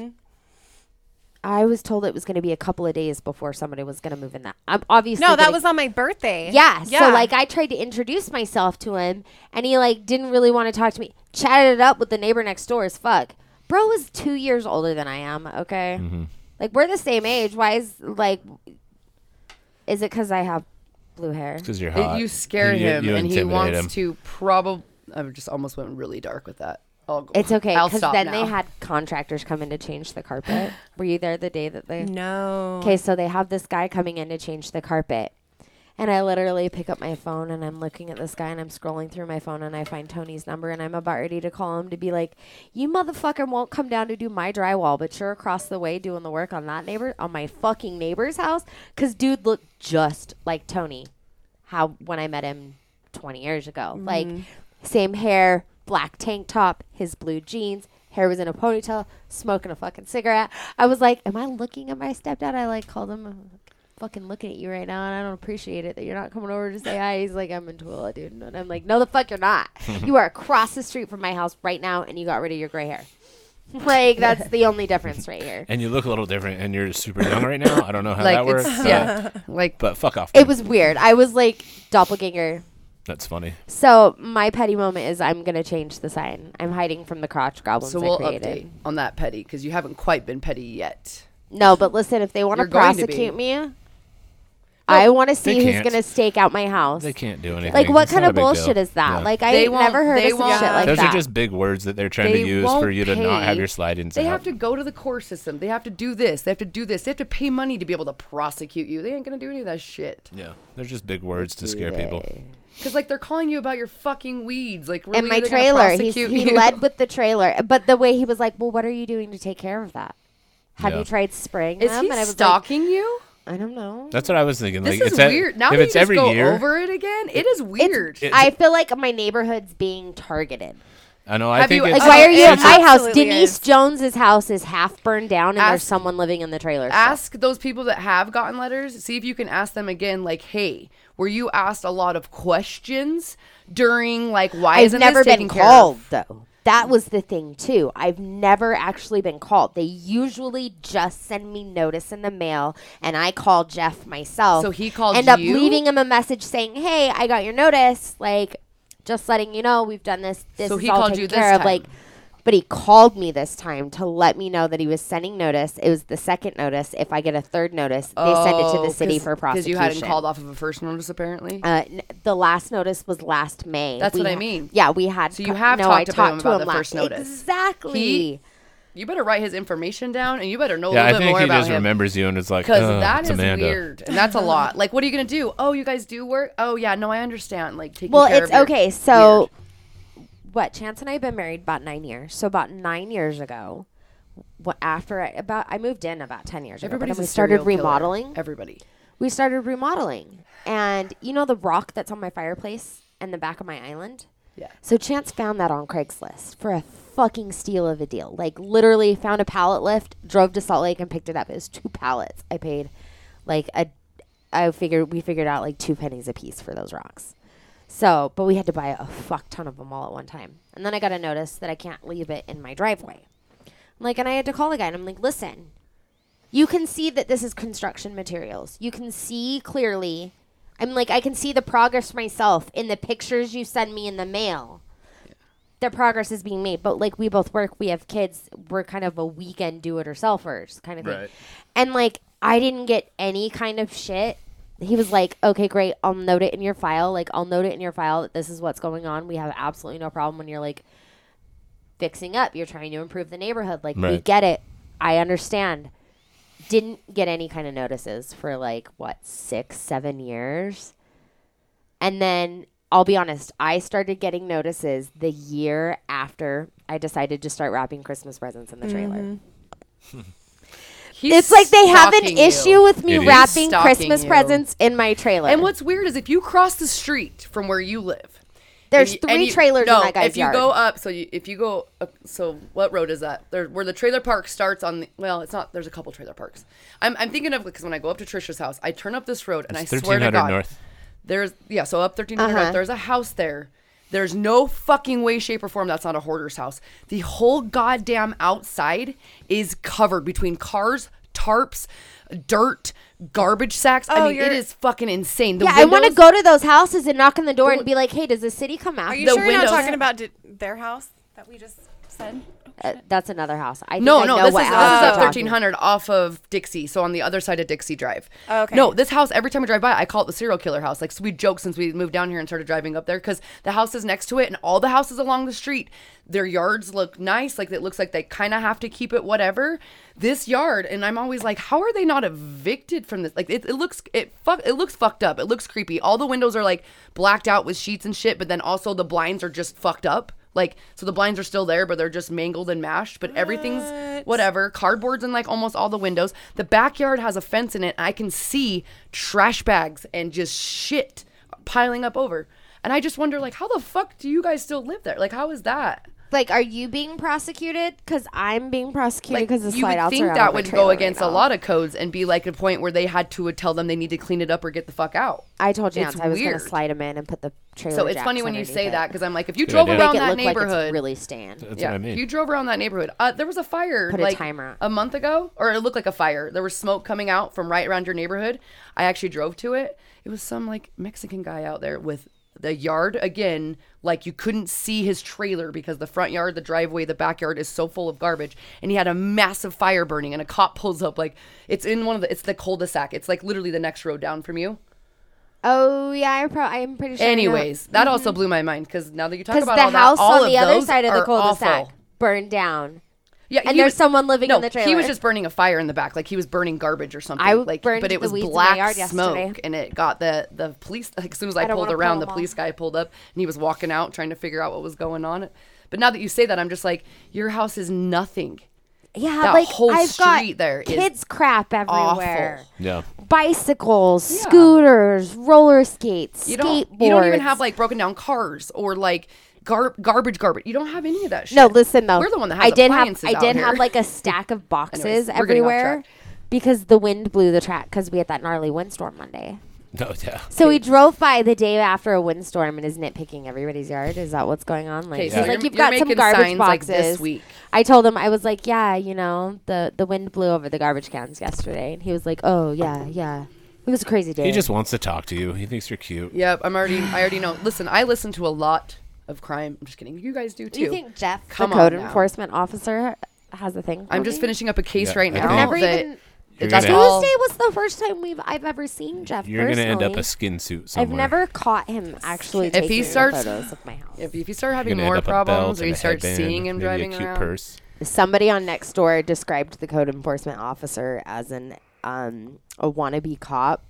Speaker 4: I was told it was going to be a couple of days before somebody was going to move in. That I'm obviously
Speaker 2: No, that
Speaker 4: gonna-
Speaker 2: was on my birthday.
Speaker 4: yeah. So like I tried to introduce myself to him and he like didn't really want to talk to me. Chatted it up with the neighbor next door as fuck. Bro is two years older than I am, okay? Like we're the same age. Why is like is it because I have blue hair?
Speaker 3: Because you're
Speaker 1: It-
Speaker 3: hot.
Speaker 1: you scare
Speaker 3: Uh, you-
Speaker 1: him,
Speaker 3: you
Speaker 1: and he
Speaker 3: intimidate
Speaker 1: wants
Speaker 3: him.
Speaker 1: to probably. I just almost went really dark with that. I'll go.
Speaker 4: It's okay
Speaker 1: I'll
Speaker 4: because
Speaker 1: stop
Speaker 4: then
Speaker 1: now.
Speaker 4: they had contractors come in to change the carpet. Were you there the day that they
Speaker 2: No.
Speaker 4: Okay, so they have this guy coming in to change the carpet. And I literally pick up my phone and I'm looking at this guy and I'm scrolling through my phone and I find Tony's number and I'm about ready to call him to be like, "You motherfucker won't come down to do my drywall, but you're across the way doing the work on that neighbor on my fucking neighbor's house cuz dude looked just like Tony how when I met him 20 years ago. Like same hair, black tank top, his blue jeans, hair was in a ponytail, smoking a fucking cigarette. I was like, am I looking at my stepdad? I like called him I'm fucking looking at you right now and I don't appreciate it that you're not coming over to say hi. He's like, I'm in Tooele, dude. And I'm like, no the fuck you're not. you are across the street from my house right now and you got rid of your gray hair. like that's the only difference right here.
Speaker 3: And you look a little different, and you're super young right now. I don't know how
Speaker 1: Like,
Speaker 3: that works.
Speaker 1: it's-
Speaker 3: but-
Speaker 1: yeah. Like,
Speaker 3: But fuck off.
Speaker 4: It was weird. I was like doppelganger
Speaker 3: That's funny.
Speaker 4: So my petty moment is I'm gonna change the sign. I'm hiding from the crotch goblins
Speaker 1: so we'll
Speaker 4: I created.
Speaker 1: update on that petty because you haven't quite been petty yet.
Speaker 4: No, but listen, if they want
Speaker 1: You're
Speaker 4: to
Speaker 1: going to
Speaker 4: prosecute
Speaker 1: be.
Speaker 4: me, I want to see who's
Speaker 3: can't.
Speaker 4: gonna stake out my house.
Speaker 3: They can't do anything.
Speaker 4: Like what
Speaker 3: It's
Speaker 4: kind
Speaker 3: not
Speaker 4: of
Speaker 3: a big
Speaker 4: bullshit
Speaker 3: deal.
Speaker 4: is that?
Speaker 3: Yeah.
Speaker 4: Like I
Speaker 1: They
Speaker 4: ain't
Speaker 1: won't-
Speaker 4: never heard
Speaker 1: they
Speaker 4: of some
Speaker 1: won't.
Speaker 4: shit like
Speaker 3: Those
Speaker 4: that.
Speaker 3: are just big words that they're trying
Speaker 1: They
Speaker 3: to use
Speaker 1: won't
Speaker 3: for you to not have
Speaker 1: pay.
Speaker 3: your slide ins
Speaker 1: They
Speaker 3: out.
Speaker 1: have to go to the core system. They have to do this. They have to do this. They have to pay money to be able to prosecute you. They ain't gonna do any of that shit.
Speaker 3: yeah, they're just big words to scare people.
Speaker 1: Cause like they're calling you about your fucking weeds. Like really,
Speaker 4: and my
Speaker 1: they're gonna
Speaker 4: trailer, he's,
Speaker 1: prosecute
Speaker 4: he
Speaker 1: you?
Speaker 4: led with the trailer, but the way he was like, "Well, what are you doing to take care of that? Have
Speaker 3: Yeah.
Speaker 4: you tried spraying
Speaker 1: Is
Speaker 4: them?"
Speaker 1: he
Speaker 4: and I was
Speaker 1: stalking you?
Speaker 4: like, "I don't know."
Speaker 3: That's what I was thinking.
Speaker 1: This
Speaker 3: like,
Speaker 1: is
Speaker 3: it's a-
Speaker 1: weird. now
Speaker 3: if
Speaker 1: that
Speaker 3: it's
Speaker 1: you just
Speaker 3: every
Speaker 1: go
Speaker 3: year,
Speaker 1: over it again, it is weird.
Speaker 3: It's-
Speaker 4: I feel like my neighborhood's being targeted.
Speaker 3: I know. I
Speaker 1: Have
Speaker 3: think
Speaker 1: you-
Speaker 3: it's,
Speaker 4: Like,
Speaker 1: Oh,
Speaker 4: why are you
Speaker 1: it
Speaker 4: at my house?
Speaker 2: absolutely
Speaker 4: Denise
Speaker 2: is.
Speaker 4: Jones's house is half burned down, and there's
Speaker 1: Ask-
Speaker 4: someone living in the trailer. still.
Speaker 1: ask those people that have gotten letters see if you can ask them again like hey were you asked a lot of questions during like why
Speaker 4: I've
Speaker 1: isn't
Speaker 4: never
Speaker 1: this taken
Speaker 4: been
Speaker 1: care of?"
Speaker 4: called though. That was the thing too. I've never actually been called. They usually just send me notice in the mail, and I call Jeff myself.
Speaker 1: So he called
Speaker 4: End up
Speaker 1: you?
Speaker 4: leaving him a message saying, "Hey, I got your notice. Like, just letting you know we've done this. This
Speaker 1: So
Speaker 4: is
Speaker 1: he
Speaker 4: all
Speaker 1: called
Speaker 4: taken
Speaker 1: you this
Speaker 4: care of."
Speaker 1: time.
Speaker 4: Like, but he called me this time to let me know that he was sending notice. It was the second notice. If I get a third notice, they send it to
Speaker 1: Oh,
Speaker 4: the city
Speaker 1: 'cause-
Speaker 4: for
Speaker 1: 'cause
Speaker 4: prosecution.
Speaker 1: you hadn't called off of a first notice apparently
Speaker 4: Uh, n- the last notice was last May.
Speaker 1: That's
Speaker 4: We
Speaker 1: what I
Speaker 4: ha-
Speaker 1: mean.
Speaker 4: Yeah, we had.
Speaker 1: So you
Speaker 4: co-
Speaker 1: have
Speaker 4: no,
Speaker 1: talked
Speaker 4: I
Speaker 1: to him
Speaker 4: talked
Speaker 1: about
Speaker 4: to him
Speaker 1: the
Speaker 4: last.
Speaker 1: first notice.
Speaker 4: Exactly.
Speaker 1: He- you better write his information down and you better know a
Speaker 3: yeah,
Speaker 1: little
Speaker 3: I
Speaker 1: bit
Speaker 3: think
Speaker 1: more
Speaker 3: he
Speaker 1: about
Speaker 3: just
Speaker 1: him
Speaker 3: remembers you and it's like,
Speaker 1: because
Speaker 3: "Ugh,
Speaker 1: that
Speaker 3: it's
Speaker 1: is
Speaker 3: Amanda."
Speaker 1: weird and that's a lot like what are you gonna do oh you guys do work oh yeah no i understand like taking
Speaker 4: Well,
Speaker 1: care
Speaker 4: it's
Speaker 1: of your-
Speaker 4: okay. So,
Speaker 1: weird.
Speaker 4: what? Chance and I have been married about nine years. So about nine years ago, what after I, about I moved in about ten years ago, but
Speaker 1: everybody's
Speaker 4: then
Speaker 1: a
Speaker 4: we started
Speaker 1: serial killer.
Speaker 4: remodeling.
Speaker 1: everybody
Speaker 4: we started remodeling, and you know the rock that's on my fireplace and the back of my island.
Speaker 1: yeah
Speaker 4: So Chance found that on Craigslist for a fucking steal of a deal. Like literally found a pallet lift, drove to Salt Lake and picked it up. It was two pallets. I paid like a I figured we figured out like two pennies a piece for those rocks. So, but we had to buy a fuck ton of them all at one time. And then I got a notice that I can't leave it in my driveway. Like and I had to call the guy and I'm like, "Listen, you can see that this is construction materials. You can see clearly. I'm like, I can see the progress myself in the pictures you send me in the mail. The progress is being made, but like we both work, we have kids, we're kind of a weekend do it ourselfers kind of thing.
Speaker 3: Right.
Speaker 4: And like, I didn't get any kind of shit. He was like, okay, great. I'll note it in your file. Like, I'll note it in your file that this is what's going on. We have absolutely no problem when you're like fixing up, you're trying to improve the neighborhood. Like, we
Speaker 3: Right.
Speaker 4: get it. I understand didn't get any kind of notices for like what six seven years and then i'll be honest i started getting notices the year after i decided to start wrapping christmas presents in the trailer
Speaker 1: Mm-hmm. He's
Speaker 4: it's like they have an
Speaker 1: stalking you.
Speaker 4: issue with me
Speaker 3: It is.
Speaker 4: wrapping
Speaker 1: Stalking
Speaker 4: christmas
Speaker 1: you.
Speaker 4: presents in my trailer
Speaker 1: And what's weird is if you cross the street from where you live,
Speaker 4: There's
Speaker 1: and
Speaker 4: three
Speaker 1: and
Speaker 4: trailers
Speaker 1: no,
Speaker 4: in that guy's
Speaker 1: if you
Speaker 4: yard.
Speaker 1: go up, so you, if you go, up, so what road is that? There, where the trailer park starts on the well, it's not. There's a couple trailer parks. I'm, I'm thinking of because when I go up to Trisha's house, I turn up this road and I swear to
Speaker 3: 1300
Speaker 1: God,
Speaker 3: north.
Speaker 1: there's yeah, so up 1300
Speaker 4: Uh-huh.
Speaker 1: north, there's a house there. There's no fucking way, shape, or form that's not a hoarder's house. The whole goddamn outside is covered between cars, tarps, dirt, garbage sacks.
Speaker 2: Oh,
Speaker 1: I mean, it
Speaker 2: you're-
Speaker 1: is fucking insane. The
Speaker 4: yeah i want to
Speaker 1: windows-
Speaker 4: go to those houses and knock on the door and be like hey does the city come out
Speaker 2: Are you
Speaker 1: The
Speaker 2: sure you're
Speaker 1: windows-
Speaker 2: not talking about d- their house that we just said?
Speaker 4: Uh, that's another house. I think
Speaker 1: No,
Speaker 4: I
Speaker 1: no,
Speaker 4: know
Speaker 1: this is,
Speaker 4: what
Speaker 1: this is
Speaker 4: house you're
Speaker 1: at
Speaker 4: talking-
Speaker 1: 1300 off of Dixie, so on the other side of Dixie Drive.
Speaker 4: Oh,
Speaker 2: Okay.
Speaker 1: No, this house, every time I drive by, I call it the serial killer house. Like, so we joke since we moved down here and started driving up there because the house is next to it and all the houses along the street, their yards look nice. Like, it looks like they kind of have to keep it, whatever. This yard, and I'm always like, how are they not evicted from this? Like, it, it looks, it, fuck, it looks fucked up. It looks creepy. All the windows are like blacked out with sheets and shit, but then also the blinds are just fucked up. Like, so the blinds are still there, but they're just mangled and mashed, but everything's whatever. Cardboard's in like almost all the windows. The backyard has a fence in it. I can see trash bags and just shit piling up over. And I just wonder, like, how the fuck do you guys still live there? Like, how is that?
Speaker 4: Like, are you being prosecuted? Because I'm being prosecuted
Speaker 1: Like,
Speaker 4: because the
Speaker 1: you
Speaker 4: slide
Speaker 1: would
Speaker 4: outs are
Speaker 1: think
Speaker 4: out
Speaker 1: that
Speaker 4: of my
Speaker 1: would
Speaker 4: trailer
Speaker 1: go
Speaker 4: right
Speaker 1: against a
Speaker 4: now.
Speaker 1: lot of codes and be like a point where they had to would tell them they need to clean it up or get the fuck out.
Speaker 4: I told Jance
Speaker 1: It's
Speaker 4: I was going to
Speaker 1: weird.
Speaker 4: slide him in and put the trailer.
Speaker 1: So it's
Speaker 4: jacks
Speaker 1: funny when you
Speaker 4: underneath
Speaker 1: say
Speaker 4: it.
Speaker 1: that because I'm like, if you
Speaker 3: Good
Speaker 1: drove
Speaker 3: idea.
Speaker 1: around
Speaker 4: Make it
Speaker 1: that
Speaker 4: look like
Speaker 1: neighborhood,
Speaker 4: it's really Stan.
Speaker 3: That's
Speaker 1: yeah,
Speaker 3: what I mean.
Speaker 1: if you drove around that neighborhood. Uh, there was a fire
Speaker 4: Put a
Speaker 1: like
Speaker 4: timer.
Speaker 1: a month ago, or it looked like a fire. There was smoke coming out from right around your neighborhood. I actually drove to it. It was some like Mexican guy out there with the yard again, like you couldn't see his trailer because the front yard, the driveway, the backyard is so full of garbage, and he had a massive fire burning. And a cop pulls up, like it's in one of the, it's the cul-de-sac. It's like literally the next road down from you.
Speaker 4: Oh yeah, I pro- I'm pretty sure. I know. Mm-hmm.
Speaker 1: Anyways, that also blew my mind because now that you talk
Speaker 4: because
Speaker 1: about
Speaker 4: the
Speaker 1: all that,
Speaker 4: house
Speaker 1: all
Speaker 4: on the
Speaker 1: of
Speaker 4: other
Speaker 1: those
Speaker 4: side of the
Speaker 1: are
Speaker 4: cul-de-sac
Speaker 1: awful.
Speaker 4: burned down.
Speaker 1: Yeah,
Speaker 4: And
Speaker 1: he
Speaker 4: there's
Speaker 1: was-
Speaker 4: someone living
Speaker 1: no,
Speaker 4: in the
Speaker 1: He was
Speaker 4: trailer.
Speaker 1: just burning a fire in the back, like he was burning garbage or something.
Speaker 4: I
Speaker 1: like,
Speaker 4: burned
Speaker 1: but it
Speaker 4: the
Speaker 1: was
Speaker 4: weeds in my
Speaker 1: black
Speaker 4: yard
Speaker 1: smoke,
Speaker 4: yesterday.
Speaker 1: and it got the the police. Like, as soon as I,
Speaker 4: I don't
Speaker 1: pulled
Speaker 4: wanna
Speaker 1: around,
Speaker 4: pull
Speaker 1: the
Speaker 4: 'em
Speaker 1: police
Speaker 4: off.
Speaker 1: guy pulled up, and he was walking out trying to figure out what was going on. But now that you say that, I'm just like, your house is nothing.
Speaker 4: Yeah,
Speaker 1: That
Speaker 4: like
Speaker 1: whole
Speaker 4: I've
Speaker 1: street
Speaker 4: got
Speaker 1: there is
Speaker 4: kids crap
Speaker 1: awful.
Speaker 4: everywhere.
Speaker 3: Yeah.
Speaker 4: Bicycles, scooters, roller skates,
Speaker 1: You
Speaker 4: skateboards.
Speaker 1: don't. You don't even have like broken down cars or like gar- garbage, garbage. You don't have any of that shit.
Speaker 4: No, listen though.
Speaker 1: We're the one that has
Speaker 4: I did have.
Speaker 1: appliances
Speaker 4: I
Speaker 1: out
Speaker 4: did
Speaker 1: here.
Speaker 4: have like a stack of boxes
Speaker 1: Anyways, we're getting off
Speaker 4: everywhere
Speaker 1: track.
Speaker 4: because the wind blew the track because we had that gnarly windstorm Monday.
Speaker 3: No, yeah.
Speaker 4: So we drove by the day after a windstorm and is nitpicking everybody's yard. Is that what's going on? Like,
Speaker 1: Okay,
Speaker 4: he's
Speaker 1: so
Speaker 4: like,
Speaker 1: you're-
Speaker 4: you've
Speaker 1: you're
Speaker 4: got some
Speaker 1: making
Speaker 4: garbage
Speaker 1: signs, like,
Speaker 4: boxes.
Speaker 1: this week.
Speaker 4: I told him I was like, yeah, you know, the the wind blew over the garbage cans yesterday, and he was like, oh yeah, yeah, it was a crazy day.
Speaker 3: He just wants to talk to you. He thinks you're cute.
Speaker 1: Yep, I'm already. I already know. Listen, I listen to a lot of crime. I'm just kidding. You guys do too.
Speaker 4: Do you think Jeff,
Speaker 1: Come
Speaker 4: the code
Speaker 1: on now.
Speaker 4: enforcement officer, has a thing? for
Speaker 1: I'm just
Speaker 4: me?
Speaker 1: finishing up a case
Speaker 3: Yeah,
Speaker 1: right
Speaker 3: I
Speaker 1: now.
Speaker 3: think-
Speaker 4: Never
Speaker 1: that
Speaker 4: even-
Speaker 3: You're
Speaker 1: that's
Speaker 3: gonna-
Speaker 1: all-
Speaker 4: Tuesday was the first time we've I've ever seen Jeff.
Speaker 3: You're going to end up
Speaker 4: personally.
Speaker 3: a skin suit
Speaker 4: I've
Speaker 3: somewhere.
Speaker 4: never caught him actually
Speaker 1: he
Speaker 4: taking
Speaker 1: starts-
Speaker 4: photos of my house.
Speaker 1: If, if you start
Speaker 3: You're
Speaker 1: having
Speaker 3: gonna end
Speaker 1: more
Speaker 3: up a belt
Speaker 1: problems, or
Speaker 3: and
Speaker 1: you
Speaker 3: a
Speaker 1: start
Speaker 3: headband,
Speaker 1: seeing him
Speaker 3: maybe
Speaker 1: driving
Speaker 3: a cute
Speaker 1: around,
Speaker 3: purse.
Speaker 4: Somebody on Nextdoor described the code enforcement officer as an um, a wannabe cop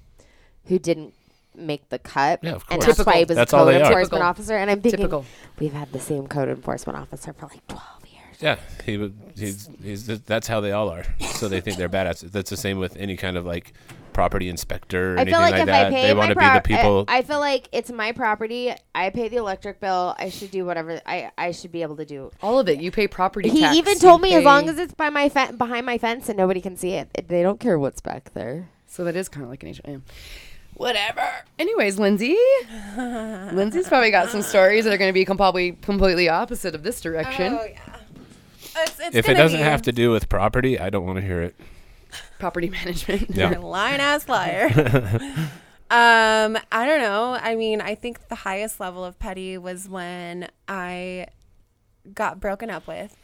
Speaker 4: who didn't make the cut.
Speaker 3: Yeah, of
Speaker 4: And
Speaker 3: course.
Speaker 4: that's why he
Speaker 1: Typical.
Speaker 4: was
Speaker 3: That's
Speaker 4: a
Speaker 3: all
Speaker 4: code
Speaker 3: they are.
Speaker 4: enforcement
Speaker 1: Typical.
Speaker 4: officer. And I'm thinking,
Speaker 1: Typical.
Speaker 4: we've had the same code enforcement officer for like 12 years.
Speaker 3: Yeah, he would. He's, he's just- that's how they all are. So they think they're badass. That's the same with any kind of like property inspector or
Speaker 4: I
Speaker 3: anything
Speaker 4: feel like, if
Speaker 3: that.
Speaker 4: I pay
Speaker 3: they
Speaker 4: my
Speaker 3: want to
Speaker 4: pro- eh,
Speaker 3: be the people.
Speaker 4: I, I feel like it's my property. I pay the electric bill. I should do whatever I, I should be able to do.
Speaker 1: all of it. You pay property
Speaker 4: He
Speaker 1: tax.
Speaker 4: even
Speaker 1: you
Speaker 4: told me as long
Speaker 1: pay-
Speaker 4: as it's by my fe- behind my fence and nobody can see it, it- they don't care what's back there.
Speaker 1: So that is kind of like an Asian. Whatever. Anyways, Lindsay. Lindsay's probably got some stories that are going to be com- probably completely opposite of this direction.
Speaker 2: Oh yeah. It's, it's
Speaker 3: if it
Speaker 2: gonna
Speaker 3: doesn't
Speaker 2: be
Speaker 3: have to do with property, I don't want to hear it.
Speaker 1: Property management.
Speaker 3: Yeah.
Speaker 2: You're a lying ass liar. um, I don't know. I mean, I think the highest level of petty was when I got broken up with.